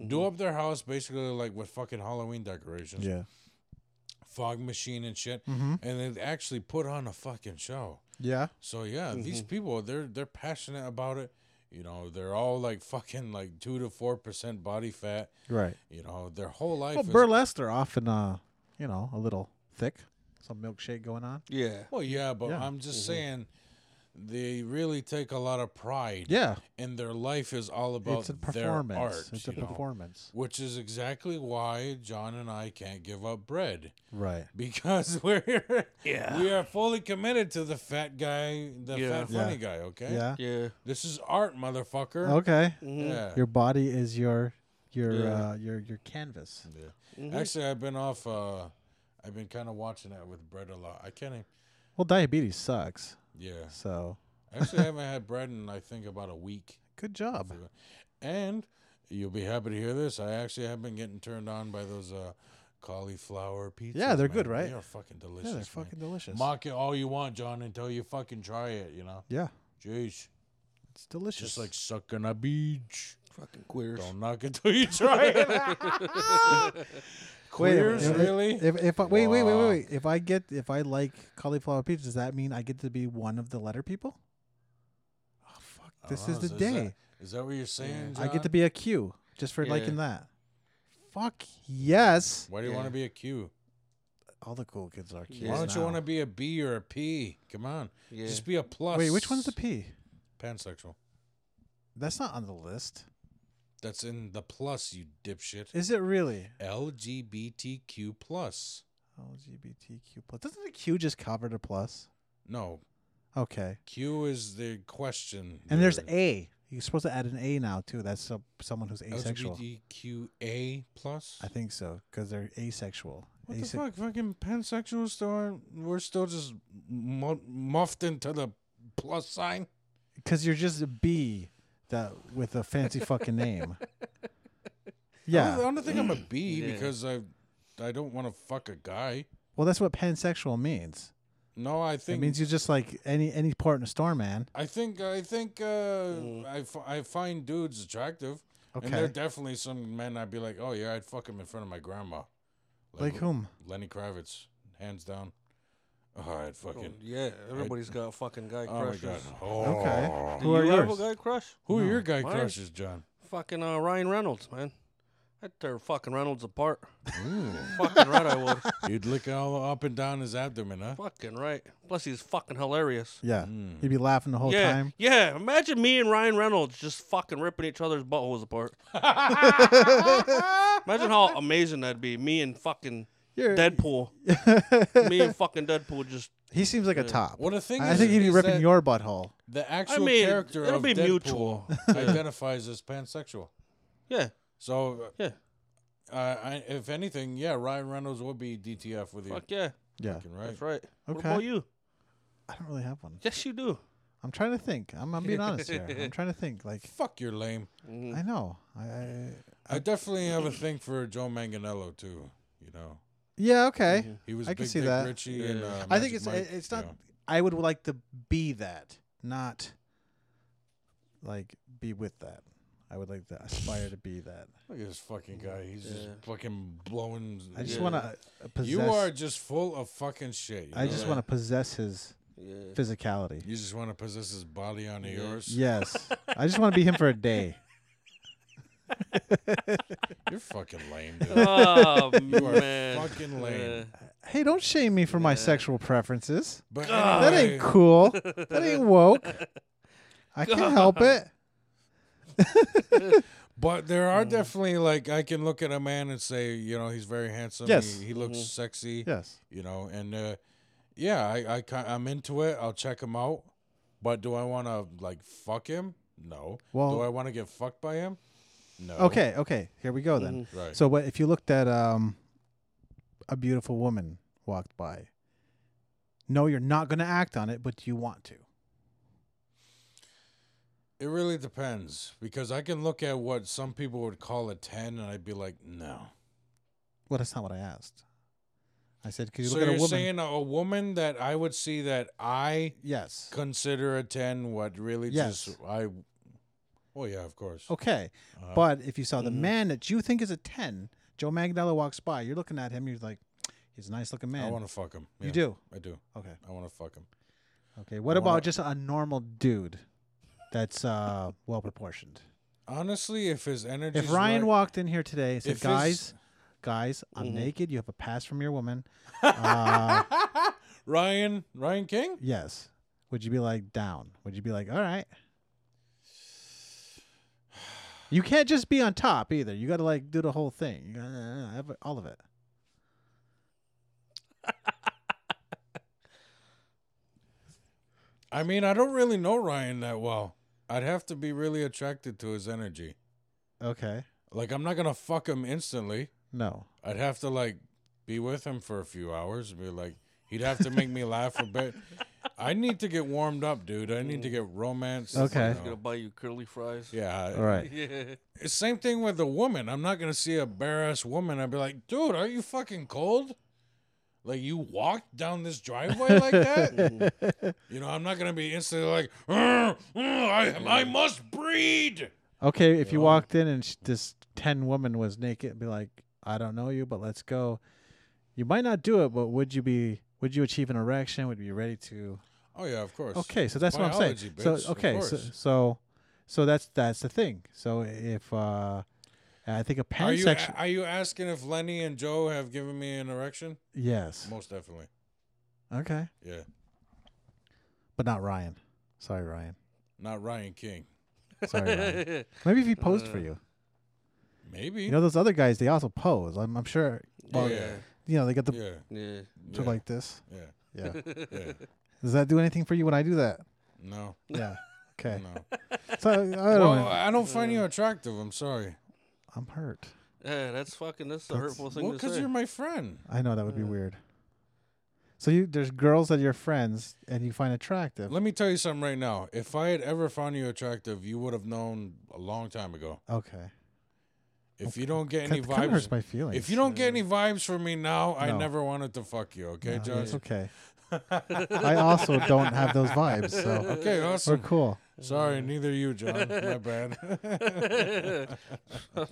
do up their house basically like with fucking Halloween decorations,
Yeah. Mm-hmm.
fog machine and shit, and they actually put on a fucking show.
Yeah.
So yeah, these people they're they're passionate about it. You know, they're all like fucking like two to four percent body fat.
Right.
You know, their whole life.
Well,
is,
burlesque are often, uh, you know, a little thick. Some milkshake going on.
Yeah.
well, yeah, but
Yeah. Mm-hmm.
I'm just saying, they really take a lot of pride.
Yeah.
and their life is all about
it's a
their art.
performance. It's a
you know,
performance.
Which is exactly why John and I can't give up bread
Right.
because we're
Yeah.
we are fully committed to the fat guy, the
Yeah.
fat funny
Yeah.
guy. Okay, Mm.
Yeah.
Yeah.
this is art, motherfucker.
Okay.
Mm-hmm.
Yeah.
Your body is your your
Yeah.
uh, your your canvas.
Yeah.
Mm-hmm.
Actually, I've been off. Uh, I've been kind of watching that with bread a lot. I can't. even-
Well, diabetes sucks.
Yeah.
So
Actually, I haven't had bread in I think about a week.
good job.
And you'll be happy to hear this. I actually have been getting turned on by those uh, cauliflower pizzas.
Yeah, they're good,
man.
right?
They are fucking delicious.
Yeah, they're
man.
fucking delicious.
Mock it all you want, John, until you fucking try it. You know.
yeah,
Jeez.
it's delicious.
Just like sucking a beach.
Fucking queers.
Don't knock it till you try it. Queers,
if, if-
really?
If, if I, wait, wait, wait, wait,
Wow.
wait. If I get if I like cauliflower pizza, does that mean I get to be one of the letter people? Oh fuck!
I don't
This
know, Oh,
is the day.
That, is that what you're saying?
I get to be a Q. just for
Yeah.
liking that. Fuck yes.
Why do you
Yeah.
want to be a Q?
All the cool kids are kids.
Yeah.
Why don't you
now.
want to be a B or a P? Come on,
Yeah.
just be a plus.
Wait, which one's the P?
pansexual?
That's not on the list.
That's in the plus, you dipshit.
Is it really?
LGBTQ plus.
LGBTQ plus. Doesn't the Q just cover the plus?
No,
Okay.
Q is the question.
And there's
there.
A. You're supposed to add an A now too. That's so- someone who's asexual.
LGBTQA plus.
I think so because they're asexual.
What
Ase-
the fuck? Fucking pansexuals still aren't. We're still just mu- muffed into the plus sign.
Because you're just a B that with a fancy fucking name. Yeah.
I don't think I'm a B
Yeah.
because I, I don't want to fuck a guy.
Well, that's what pansexual means.
No, I
It
think
means you're just like any any part in a store, man.
I think I think uh, I, f- I find dudes attractive, and there are
Mm. Okay.
definitely some men I'd be like, oh yeah, I'd fuck him in front of my grandma,
Like whom?
Lenny Kravitz, hands down. Oh, I'd fucking.
yeah, everybody's got fucking guy
Oh my
crushes.
god. Oh.
Okay.
Do
Who are
you have a
yours?
guy crush?
Who are your guy
Mine-
crushes, John?
Fucking uh, Ryan Reynolds, man. I'd tear fucking Reynolds apart.
Ooh.
fucking right, I would.
You'd lick all up and down his abdomen, huh?
Fucking right. Plus, he's fucking hilarious.
Yeah.
Hmm.
You'd be laughing the whole
yeah,
time.
yeah. Imagine me and Ryan Reynolds just fucking ripping each other's buttholes apart. Imagine how amazing that'd be. Me and fucking
You're-
Deadpool. me and fucking Deadpool just.
He seems like a top.
Well, the thing
I
is,
think he'd be
is
ripping
that
your butthole.
the actual
mean,
character
it'll
of
be
Deadpool
mutual.
identifies as pansexual.
Yeah,
So,
yeah.
uh, I, if anything, yeah, Ryan Reynolds would be DTF with you.
Fuck yeah.
Yeah.
Fucking right.
That's right. What
Okay.
about you?
I don't really have one.
Yes, you do.
I'm trying to think. I'm, I'm being honest here. I'm trying to think. Like
Fuck, you're lame.
I know. I, I
I definitely have a thing for Joe Manganello too. You know,
yeah. Okay.
he was
I
Big
can see
Dick
that.
Richie and uh,
I
Mm-hmm. Magic
think it's
Mike,
it's
you
not.
know.
I would like to be that, not like be with that. I would like to aspire to be that.
Look at this fucking guy. He's just
Yeah.
fucking blowing.
I just
Yeah.
want to possess.
You are just full of fucking shit. you
I
know
just
that?
want to possess his
Yeah.
physicality.
You just want to possess his body onto
Yeah.
yours.
Yes, I just want to be him for a day.
You're fucking lame, dude.
Oh
You are
man.
fucking lame.
Hey, don't shame me for my sexual preferences.
But
That
anyway,
ain't cool. That ain't woke. I can't help it.
But there are definitely like I can look at a man and say, you know, he's very handsome.
Yes.
He, he looks sexy.
Yes.
You know, and uh, yeah, I, I ki- I'm into it. I'll check him out. But do I want to like fuck him? No.
Well-
do I want to get fucked by him? No.
Okay. Okay. Here we go then.
Right.
So, what if you looked at um, a beautiful woman walked by? No, you're not going to act on it, but you want to.
It really depends because I can look at what some people would call a 10 and I'd be like, no.
Well, that's not what I asked. I said, "Could you
so
look at a
you're
woman?"
saying a woman that I would see that I
yes.
consider a 10 what really
Yes.
just I Well, yeah, of course.
Okay.
Uh-huh.
but if you saw
Mm-hmm.
the man that you think is a ten, Joe Magdalena walks by, you're looking at him, you're like, "He's a nice looking man."
I want to fuck him.
You
Yeah,
do?
I do.
okay.
I want to fuck him.
Okay. What
I
about
wanna-
just a normal dude that's uh, well proportioned?
Honestly, if his energy
If Ryan
right,
walked in here today and said,
If his- Mm-hmm.
"Guys, guys, I'm naked. You have a pass from your woman." uh,
Ryan Ryan King?
yes. Would you be like down? Would you be like, "All right"? You can't just be on top either. You got to like do the whole thing. You gotta uh, have all of it.
I mean, I don't really know Ryan that well. I'd have to be really attracted to his energy.
Okay.
Like I'm not going to fuck him instantly.
No.
I'd have to like be with him for a few hours and be like he'd have to make me laugh a bit. I need to get warmed up, dude. I need to get romance. you
Okay.
He's gonna
know.
buy you curly fries.
Yeah.
All right.
Yeah.
It's Same thing with a woman. I'm not gonna see a bare ass woman. I'd be like, dude, are you fucking cold? Like you walked down this driveway like that? you know, I'm not gonna be instantly like, "Ugh, ugh, I, I
Mm.
must breed.
Okay, if you walked in and sh- this ten woman was naked, be like, "I don't know you, but let's go." You might not do it, but would you be? Would you achieve an erection? Would you be ready to?
Oh yeah, of course.
Okay, so that's what I'm saying.
Biology, bitch,
so
of
okay, so,
course.
so so that's that's the thing. So if uh I think a
Are you
pansection.
are you asking if Lenny and Joe have given me an erection?
yes.
Most definitely.
Okay.
Yeah.
But not Ryan. Sorry, Ryan.
Not Ryan King.
Sorry, Ryan. Maybe if he posed
Uh,
for you.
Maybe. Oh,
You know those other guys, they also pose. I'm, I'm sure. Well,
yeah.
you know they got the
Yeah.
yeah.
yeah,
to like this.
yeah.
Yeah.
Yeah.
Does that do anything for you when I do that?
No.
Yeah. Okay.
No.
So I don't.
Well, I don't find you attractive. I'm sorry.
I'm hurt.
Yeah, that's fucking. That's the
That's-
hurtful thing
Well,
to
because
say.
you're my friend.
I know that would be weird. So you there's girls that you're friends and you find attractive.
Let me tell you something right now. If I had ever found you attractive, you would have known a long time ago.
Okay.
If you don't get any
Kind of
vibes,
hurts my feelings.
if you don't get any vibes from me now, I
No.
never wanted to fuck you. Okay,
No,
Josh.
It's okay. I also don't have those vibes, so
Okay,
we're
awesome.
cool.
Sorry, neither you, John. My bad.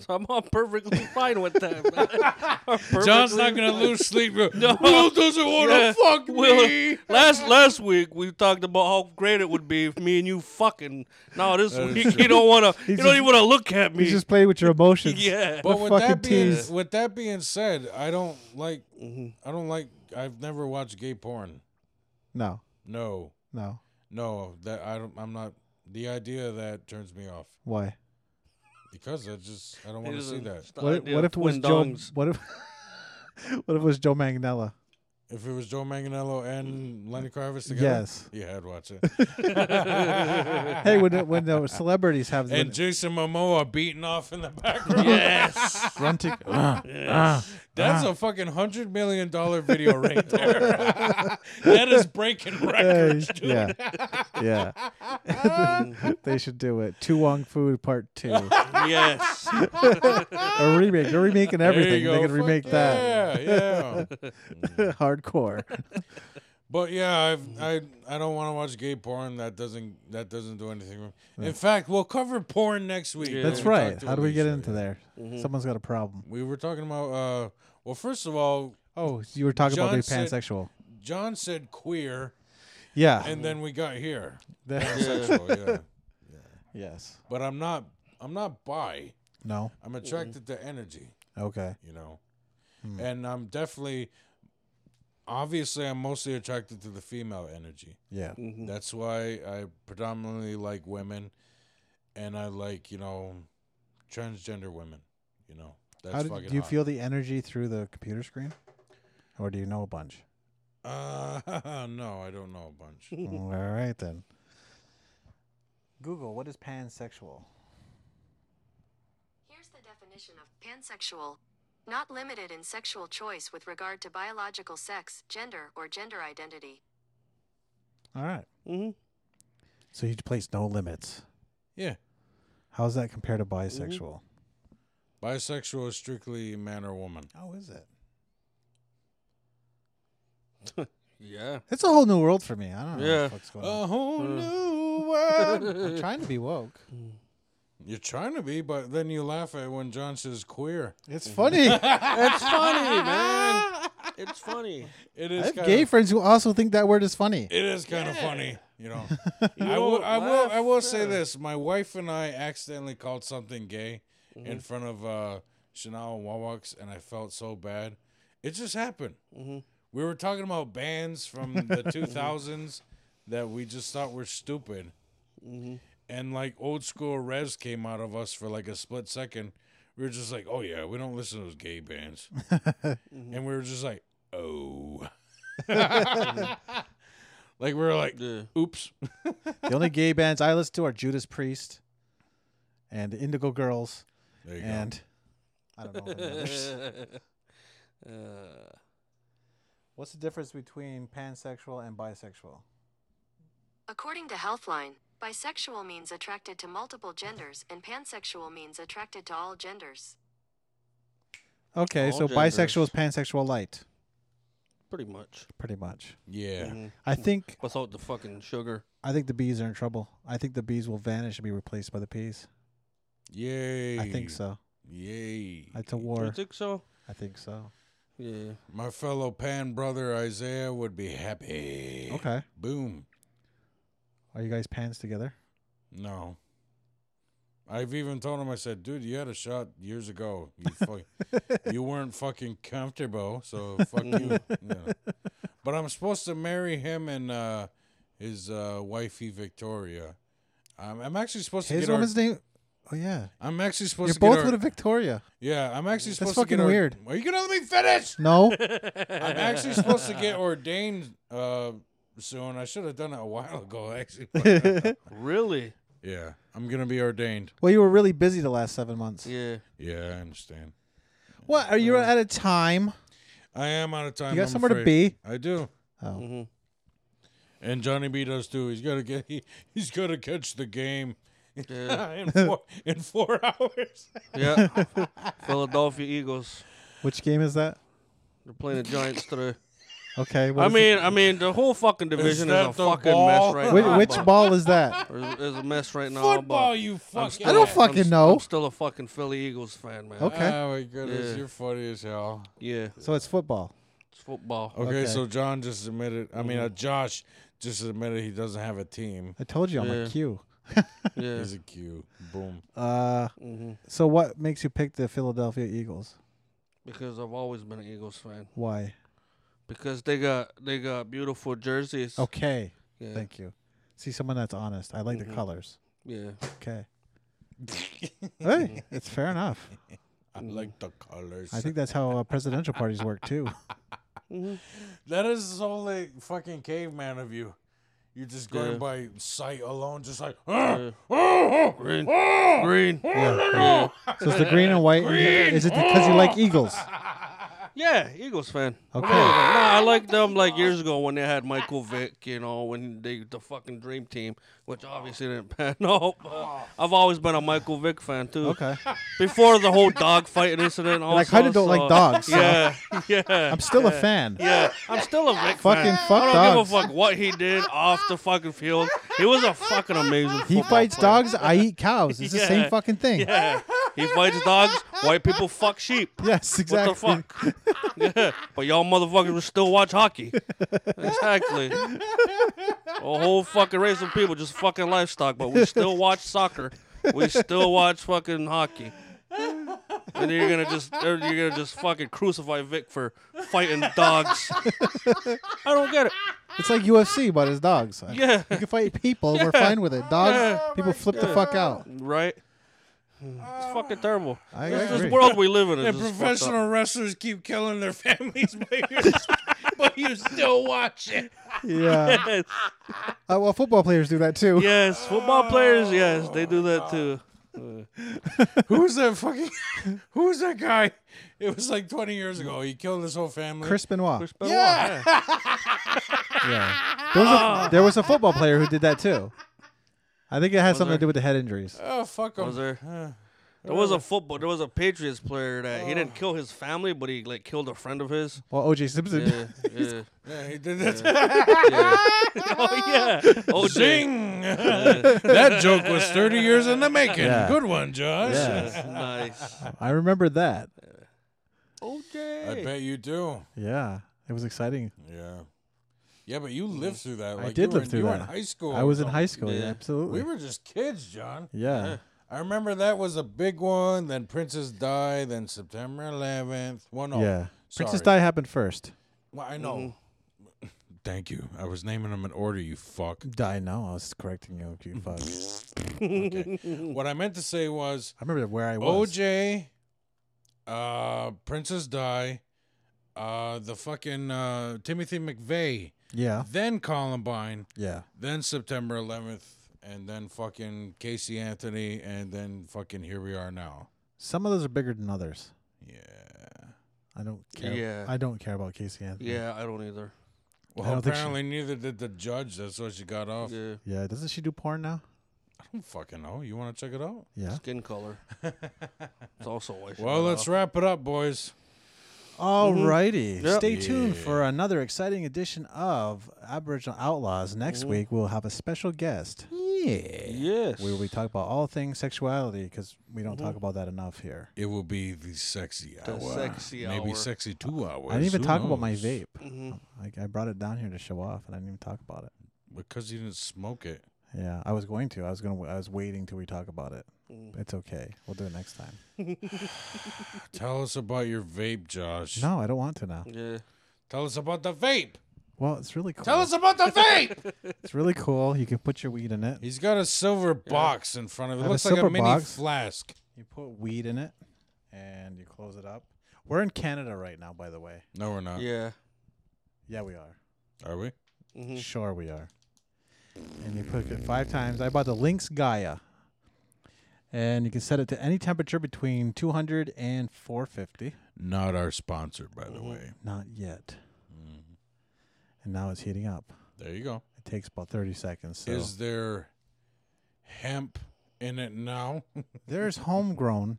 I'm, I'm perfectly fine with that. man. I'm
John's
perfectly
not gonna
fine.
lose sleep. Will doesn't want to
Yeah,
fuck
Will-
me.
Last last week we talked about how great it would be if me and you fucking. Now this
That is
week
true.
you don't want to. You
just-
don't even want to look at
You
me.
just play with your emotions.
yeah.
But
The
with that
fucking
being
tease.
with that being said, I don't like. I don't like. I've never watched gay porn.
No.
No,
No.
no. That I don't. I'm not. The idea of that turns me off
Why?
because I just I don't
It
want to see
isn't-
that.
it's the
What, if-
idea
what
of
if it was
twin
Joe?
dongs.
What if? what if it was Joe Manganella?
If it was Joe Manganello and Lenny Kravitz together,
Yes.
yeah, I'd watch it.
Hey, when the- when the celebrities have the
and Jason Momoa beating off in the background.
Yes.
grunting,
That's a fucking hundred million dollar video right there. that is breaking records, dude.
yeah, yeah, they should do it. Two Wong Food Part Two, a
yes.
remake. They're remaking
There you
everything. They
go.
could
Fuck
remake that
Yeah, yeah.
hardcore.
But yeah, I've, I I don't want to watch gay porn. That doesn't that doesn't do anything. for me. In fact, we'll cover porn next week.
Yeah.
when
That's
we talk
right.
to
How do we get
Alicia. Mm-hmm.
into there? Someone's got a problem.
We were talking about. Uh, well, first of all,
Oh, so you were talking about
John
being
said-
pansexual.
John said queer,
Yeah.
and then we got here.
That-
Sexual, yeah.
yes.
But I'm not. I'm not bi.
No.
I'm attracted to energy.
Okay.
You know,
Hmm.
and I'm definitely. Obviously, I'm mostly attracted to the female energy.
Yeah.
That's why I predominantly like women, and I like you know, transgender women. You know, that's
How did
fucking
do you
hot.
feel the energy through the computer screen, or do you know a bunch?
Uh, no, I don't know a bunch.
All right then. Google, what is pansexual?
Here's the definition of pansexual not limited in sexual choice with regard to biological sex, gender, or gender identity.
All right.
hmm
So you place no limits.
yeah,
How does that compare to
Mm-hmm.
bisexual?
bisexual is strictly man or woman.
How is it?
Yeah.
It's a whole new world for me. I don't know
Yeah. Oh.
what's going on.
A whole new world.
I'm trying to be woke.
Mm-hmm.
You're trying to be, but then you laugh at when John says queer.
It's funny. I
It's funny, man. It's funny.
It is
have
kind
gay
of
friends who also think that word is funny.
it is kind of funny, you know.
You
I will,
don't
I will, I will
laugh,
say
yeah.
this: my wife and I accidentally called something gay
Mm-hmm.
in front of uh, Chanel and Wawax, and I felt so bad. It just happened.
Mm-hmm.
We were talking about bands from the 2000s that we just thought were stupid,
Mm-hmm.
and like old school revs came out of us for like a split second. We were just like, "Oh yeah, we don't listen to those gay bands,"
Mm-hmm.
and we were just like, "Oh." like we were like,
Yeah.
oops.
the only gay bands I listen to are Judas Priest and the Indigo Girls
There you go.
and I don't know. any others.
Uh,
What's the difference between pansexual and bisexual?
According to Healthline, bisexual means attracted to multiple genders, and pansexual means attracted to all genders.
Okay,
All
so
genders.
bisexual is pansexual light,
pretty much.
pretty much.
Yeah.
I think
Mm-hmm. Without the fucking sugar.
I think the bees are in trouble. I think the bees will vanish and be replaced by the peas.
Yay.
I think so.
Yay.
It's a
You
war.
think so?
I think so.
Yeah.
My fellow pan brother Isaiah would be happy.
Okay.
Boom.
Are you guys pans together?
No. I've even told him, I said, dude, you had a shot years ago. You, fuck, you weren't fucking comfortable, so fuck
Mm.
you. Yeah. But I'm supposed to marry him and uh, his uh, wifey, Victoria. I'm, I'm actually supposed to
His
get our-
woman's name. Oh yeah,
I'm actually supposed
you're
to get
both
our-
with a Victoria.
Yeah, I'm actually
That's
supposed to
fucking
get our-
weird.
Are you gonna let me finish?
No,
I'm actually supposed to get ordained uh, soon. I should have done it a while ago, actually. but- uh,
Really?
yeah, I'm gonna be ordained.
well, you were really busy the last seven months.
Yeah.
Yeah, Uh. I understand.
What are you out of time?
I am out of time.
You
I'm
got somewhere to
afraid.
be?
I do.
Oh,
hmm
And Johnny B does too. He's gotta get. He, he's gotta catch the game
Yeah.
in four in four hours.
yeah. Philadelphia Eagles.
which game is that?
They're playing the Giants today.
Okay. what
I
is
mean, I mean, the whole fucking division is,
that
a
the
fucking
ball?
mess right
it?
now.
Whi- which
but-
ball is that?
There's, there's a mess right now. but
Football, you
I'm
fucking.
still-
I don't
I'm
fucking
s-
know.
I'm still a fucking Philly Eagles fan, man.
Okay.
Oh my goodness,
Yeah.
you're funny as hell.
Yeah,
So it's football.
it's football.
Okay,
Okay.
so John just admitted. I mean, uh,
Mm-hmm.
Josh just admitted he doesn't have a team.
I told you I'm a
Yeah.
Q.
Yeah.
He's a Q. Boom.
Uh,
hmm
so what makes you pick the Philadelphia Eagles?
Because I've always been an Eagles fan.
Why?
Because they got they got beautiful jerseys.
Okay.
Yeah. Mm-hmm.
Thank you. See someone that's honest. I like the colors.
Yeah.
Okay. hey, it's fair enough.
I like the colors.
Mm. I think that's how uh, presidential parties work too.
that is only fucking caveman of you. You're just going
Yeah.
by sight alone, just like.
Yeah.
"Ah, ah, ah,
Green.
ah,
Green.
ah, no,
So it's the green and white. Is it because you like Eagles?
Yeah, Eagles fan.
Okay.
No, I like them like years ago when they had Michael Vick, you know, when they the fucking dream team, which obviously didn't pan out. but I've always been a Michael Vick fan too.
Okay.
Before the whole dog fighting incident, also,
I kinda
so-
don't like dogs, so-
Yeah, yeah,
I'm still a fan.
yeah. I'm still a Vick
Fucking
fan.
fuck
I don't
dogs.
give a fuck what he did off the fucking field. He was a fucking amazing.
He
football
fights
player.
dogs. I eat cows. It's the
Yeah.
same fucking thing.
Yeah, he fights dogs. White people fuck sheep.
Yes, exactly.
What the fuck? yeah. But y'all motherfuckers will still watch hockey. Exactly. A whole fucking race of people just fucking livestock, but we still watch soccer. We still watch fucking hockey. And you're gonna just you're gonna just fucking crucify Vic for fighting dogs. I don't get it.
It's like UFC, but it's dogs.
Yeah.
You can fight people. We're fine with it. Dogs,
Oh
people flip the fuck out.
Right? It's fucking terrible.
I
this
agree.
this world we live in is
And
just fucked up.
professional wrestlers keep killing their families, but you but you still watch it.
Yeah.
Yes.
Uh, well, football players do that too.
yes, football players, yes, they do that too.
Who was that fucking? Who was that guy? It was like 20 years ago. He killed his whole family.
Chris Benoit.
Chris Benoit,
Yeah.
yeah.
Yeah. There was,
Oh.
a, there was a football player who did that too. I think it had something
there?
to do with the head injuries.
Oh fuck him.
Was there? There was a football. There was a Patriots player that he didn't kill his family, but he like killed a friend of his.
Well, OJ Simpson.
Yeah, yeah,
Yeah, he did that.
yeah. oh yeah. Oh
Zing! that joke was 30 years in the making.
Yeah.
Good one, Josh.
Yeah.
Nice.
I remember that.
I
OJ.
bet you do.
Yeah. It was exciting.
Yeah. Yeah, but you lived through that. Like,
did
you were
live
in-
through
you were
that.
in high school.
I was in
or
high school. Yeah,
Yeah.
something.
absolutely.
We were just kids, John.
yeah.
I remember that was a big one. Then Princess Di. Then September 11th. One. oh.
Yeah. Princess Mm-hmm.
sorry.
Di happened first.
Well, I know. Thank you. I was naming them in order. You fuck.
Di, no. I was correcting you. you fuck.
Okay. what I meant to say was
I remember where I was.
OJ, uh, Princess Di, uh, the fucking uh, Timothy McVeigh,
Yeah.
then Columbine,
Yeah.
then September 11th, and then fucking Casey Anthony, and then fucking here we are now.
Some of those are bigger than others.
Yeah.
I don't care.
Yeah.
I don't care about Casey Anthony.
Yeah, I don't either.
Well,
don't think she-
apparently neither did the judge. That's why she got off.
Yeah.
Yeah. Doesn't she do porn now?
I don't fucking know. You want to check it out?
Yeah.
Skin color. It's also white.
Well, let's wrap it up, boys.
Alrighty.
Yep.
Stay tuned for another exciting edition of Aboriginal Outlaws. Next week, we'll have a special guest. Yeah.
Yes.
Where we talk about all things sexuality because we don't talk about that enough here.
It will be the sexy hour.
sexy
Maybe
hour.
sexy two hours.
I didn't even
Who
talk about my
knows?
vape. Like I brought it down here to show off, and I didn't even talk about it.
Because you didn't smoke it.
Yeah, I was going to. I was gonna. I was waiting till we talk about it.
Mm.
It's okay. We'll do it next time.
Tell us about your vape, Josh.
No, I don't want to now.
Yeah.
Tell us about the vape.
Well, it's really cool.
Tell us about the vape.
It's really cool. You can put your weed in it.
He's got a silver box in front of
I
it.
have a
Looks like a
silver
mini
box.
flask.
You put weed in it, and you close it up. We're in Canada right now, by the way.
No, we're not.
Yeah.
Yeah, we are.
Are we?
hmm
Sure, we are. And you put it five times. I bought the Lynx Gaia. And you can set it to any temperature between 200 and 450.
Not our sponsor, by
Mm-hmm.
the way.
Not yet. And now it's heating up.
There you go.
It takes about 30 seconds. So
Is there hemp in it now?
there's homegrown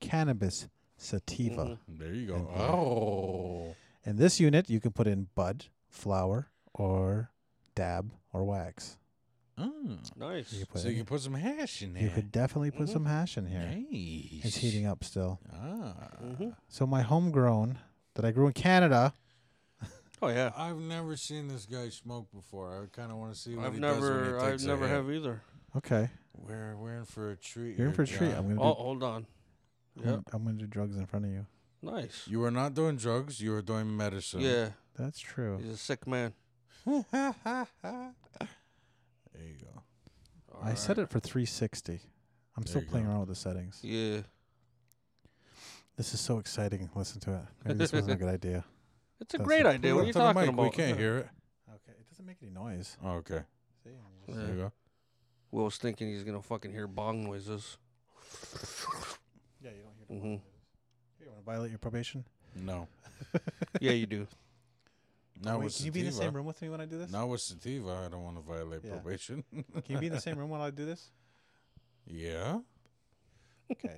cannabis sativa.
there you go. Oh.
In this unit, you can put in bud, flower, or dab or wax.
Oh.
You
Nice.
can put
So
in
you can
it.
put some hash in there.
You could definitely put some hash in here.
Nice.
It's heating Mm-hmm. up still.
Ah.
So my homegrown that I grew in Canada.
Oh yeah.
I've never seen this guy smoke before. I kind of want to see what
I've
he does when he
never, I've
takes a
never
hit.
have either.
Okay,
We're we're in for a treat.
you're
here,
in for a treat.
John.
I'm gonna
Oh,
do.
hold on.
I'm,
Yep.
gonna- I'm gonna do drugs in front of you.
Nice.
Hmm. You were not doing drugs. You were doing medicine.
Yeah.
That's true.
He's a sick man.
There you go.
I set it for 360. I'm still
you
playing
go.
around with the settings.
Yeah.
This is so exciting. Listen to it. Maybe this wasn't a good idea.
It's a
That's
great
a-
idea. What are you
Up to the
talking
mic,
about?
We can't hear it.
Okay, it doesn't make any noise.
Oh, okay. There you
Yeah.
go.
Will's thinking he's gonna fucking hear bong noises.
Yeah, you don't hear.
Mm-hmm.
hmm
You want to violate your probation?
No.
yeah, you do.
Now
Wait,
with
can you be in the
sativa.
same room with me when I do this?
Now with sativa, I don't want to violate
Yeah.
probation.
Can you be in the same room while I do this?
yeah.
Okay.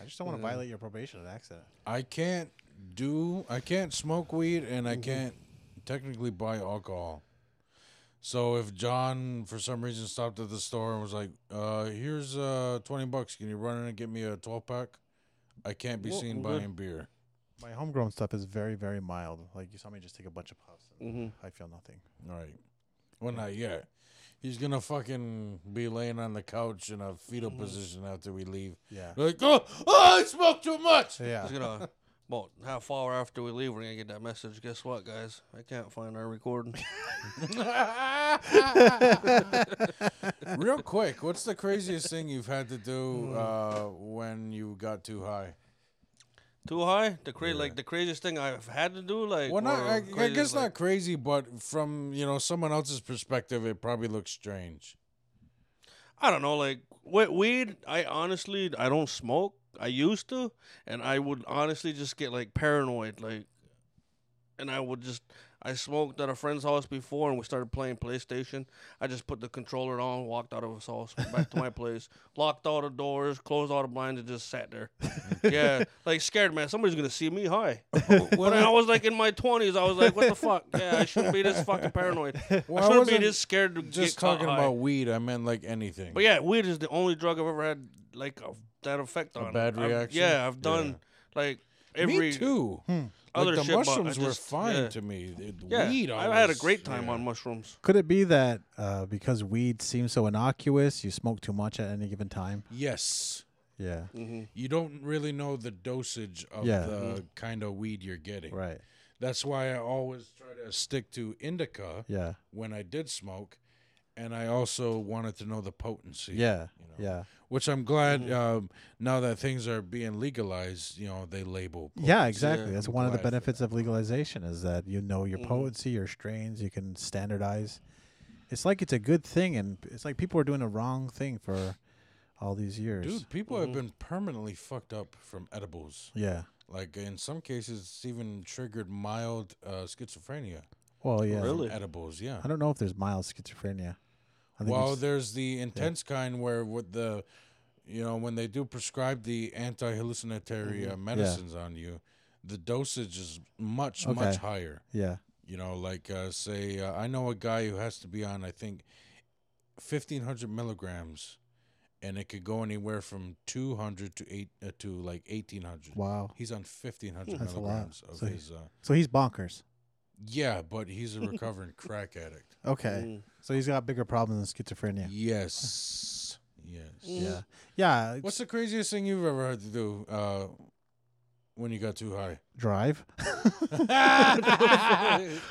I just don't want to violate your probation on accident.
I can't do. I can't smoke weed, and I can't technically buy alcohol. So if John, for some reason, stopped at the store and was like, uh, "Here's uh, twenty bucks. Can you run in and get me a twelve pack?" I can't be
Well,
seen
well,
buying beer.
My homegrown stuff is very, very mild. Like you saw me just take a bunch of puffs. and
Mhm.
Mm-hmm.
I feel nothing.
All right. Well, not yet. He's gonna fucking be laying on the couch in a fetal position after we leave.
Yeah.
Like, oh, oh, I smoked too much.
Yeah.
He's gonna. Well, half hour after we leave, we're gonna get that message. Guess what, guys? I can't find our recording.
Real quick, what's the craziest thing you've had to do uh, when you got too high?
Too high. The cra- like the craziest thing I've had to do. Like,
Well, not
or
I, I
craziest,
guess
like-
not crazy, but from you know someone else's perspective, it probably looks strange.
I don't know, like with weed, I honestly I don't smoke. I used to, and I would honestly just get like paranoid, like, and I would just I smoked at a friend's house before, and we started playing PlayStation. I just put the controller on, walked out of his house, went back to my place, locked all the doors, closed all the blinds, and just sat there. yeah, like scared man. Somebody's gonna see me high. when I was like in my twenties, I was like, what the fuck? Yeah, I shouldn't be this fucking paranoid.
Well, I
I shouldn't
wasn't
be this scared to get
Just
caught
talking
high.
about weed, I meant like anything.
But yeah, weed is the only drug I've ever had like a, that effect on.
bad
I've-
reaction?
yeah, I've done like every. Hmm.
me too.
other
like the
shit, but I
mushrooms were
just-
fine
yeah.
to me. It-
Yeah,
weed
I've had a
always-
great time
yeah.
on mushrooms.
Could it be that uh, because weed seems so innocuous, you smoke too much at any given time?
Yes,
Yeah.
you don't really know the dosage of
Yeah. Mm-hmm.
the kind of weed you're getting.
Right.
That's why I always try to stick to indica
Yeah.
when I did smoke, and I also wanted to know the potency.
Yeah.
you know.
Yeah.
which I'm glad
Mm-hmm.
um, now that things are being legalized. You know, they label.
Yeah, exactly.
yeah,
That's
I'm
one of the
glad for
benefits of legalization is that you know
Mm-hmm.
your potency, your strains, you can standardize. It's like it's a good thing, and it's like people are doing the wrong thing for all these years.
Dude, people
Mm-hmm.
have been permanently fucked up from edibles.
Yeah.
Like in some cases, it's even triggered mild uh, schizophrenia.
Well, yeah.
from
Really?
Edibles, yeah.
I don't know if there's mild schizophrenia. I think
Well,
it's-
there's the intense kind where with the, you know, when they do prescribe the
Mm-hmm.
anti-hallucinatory uh, medicines on you, the dosage is much much
Okay.
higher.
yeah.
You know, like uh, say uh, I know a guy who has to be on I think fifteen hundred milligrams, and it could go anywhere from two hundred to eight uh, to like eighteen hundred.
Wow.
He's on fifteen hundred
That's a lot.
milligrams of
So he-
his. Uh,
So he's bonkers.
Yeah, but he's a recovering crack addict.
Okay. So he's got bigger problems than schizophrenia.
Yes. Yes.
Yeah. Yeah.
What's the craziest thing you've ever had to do uh, when you got too high?
drive?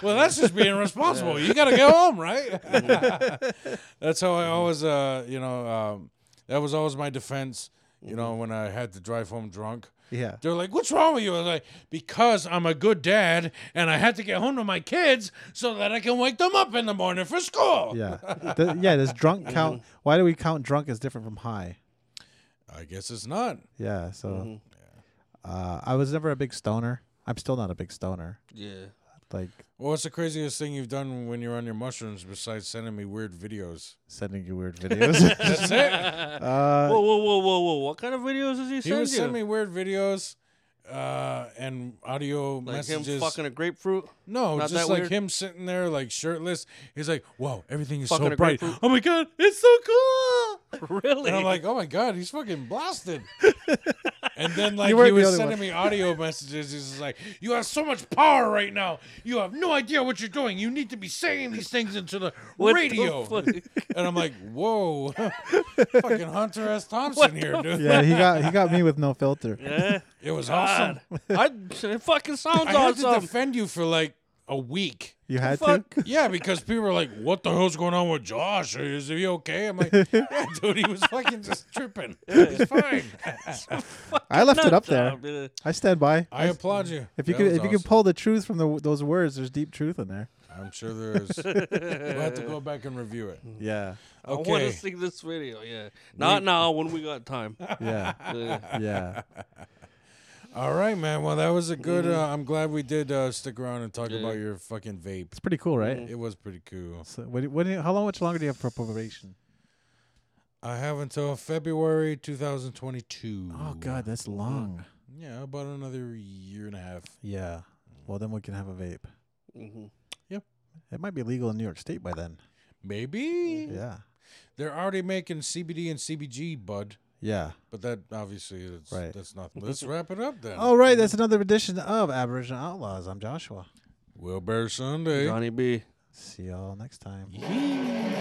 well, that's just being responsible. You got to go home, right? that's how I always, uh, you know, um, that was always my defense, you know, when I had to drive home drunk.
yeah.
They're like, "What's wrong with you?" I was like, "Because I'm a good dad, and I had to get home to my kids so that I can wake them up in the morning for school."
Yeah. Th- yeah. Does drunk count? Why do we count drunk as different from high?
I guess it's not.
Yeah. So uh, I was never a big stoner. I'm still not a big stoner.
Yeah.
Like
Well, what's the craziest thing you've done when you're on your mushrooms besides sending me weird videos?
sending you weird videos.
That's it.
whoa, whoa, whoa, whoa, whoa! What kind of videos does he
he
send
was
you?
sending me weird videos uh, and audio
like
messages.
him fucking a grapefruit.
no,
not
just
that
like
weird?
him sitting there like shirtless. He's like, "Whoa, everything is
Fucking
so
a
bright.
grapefruit.
Oh my god, it's so cool!"
Really?
And I'm like, oh my god, he's fucking blasted. and then like
You weren't
he
the
was
only
sending
one.
me audio messages. He's just like, you have so much power right now. You have no idea what you're doing. You need to be saying these things into the
What the
radio.
fuck?
and I'm like, whoa, fucking Hunter S. Thompson here, dude.
yeah. He got he got me with no filter.
yeah.
It was awesome.
I, it fucking sounds
I had to
awesome.
defend you for like a week.
You had
fuck?
to.
Yeah, because people were like, "What the hell's going on with Josh? Is he okay?" I'm like, "Yeah, dude, he was fucking just tripping. He's fine."
I left it up there.
Job, yeah.
I stand by.
I applaud you.
If you
That
could, if
was
you could
awesome.
pull the truth from the, those words, there's deep truth in there.
I'm sure there is. we'll have to go back and review it.
Yeah.
I want
Okay.
to see this video. Yeah. Not now when we got time.
Yeah.
Yeah.
Yeah.
All right, man. Well, that was a good.
Mm-hmm.
Uh, I'm glad we did uh, stick around and talk about your fucking vape.
It's pretty cool, right?
It was pretty cool.
So what, do- what, do you- how long? Much longer do you have for probation?
I have until February 2022.
Oh God, that's long. Mm.
Yeah, about another year and a half.
Yeah. Well, then we can have a vape.
Mhm.
It might be legal in New York State by then.
Maybe
Yeah.
they're already making CBD and CBG, bud.
Yeah.
But that obviously is
Right. Oh.
that's not. Let's wrap it up then.
All right, that's another edition of Aboriginal Outlaws. I'm Joshua.
Wilbur Sunday.
Johnny B.
See y'all next time.
Yee.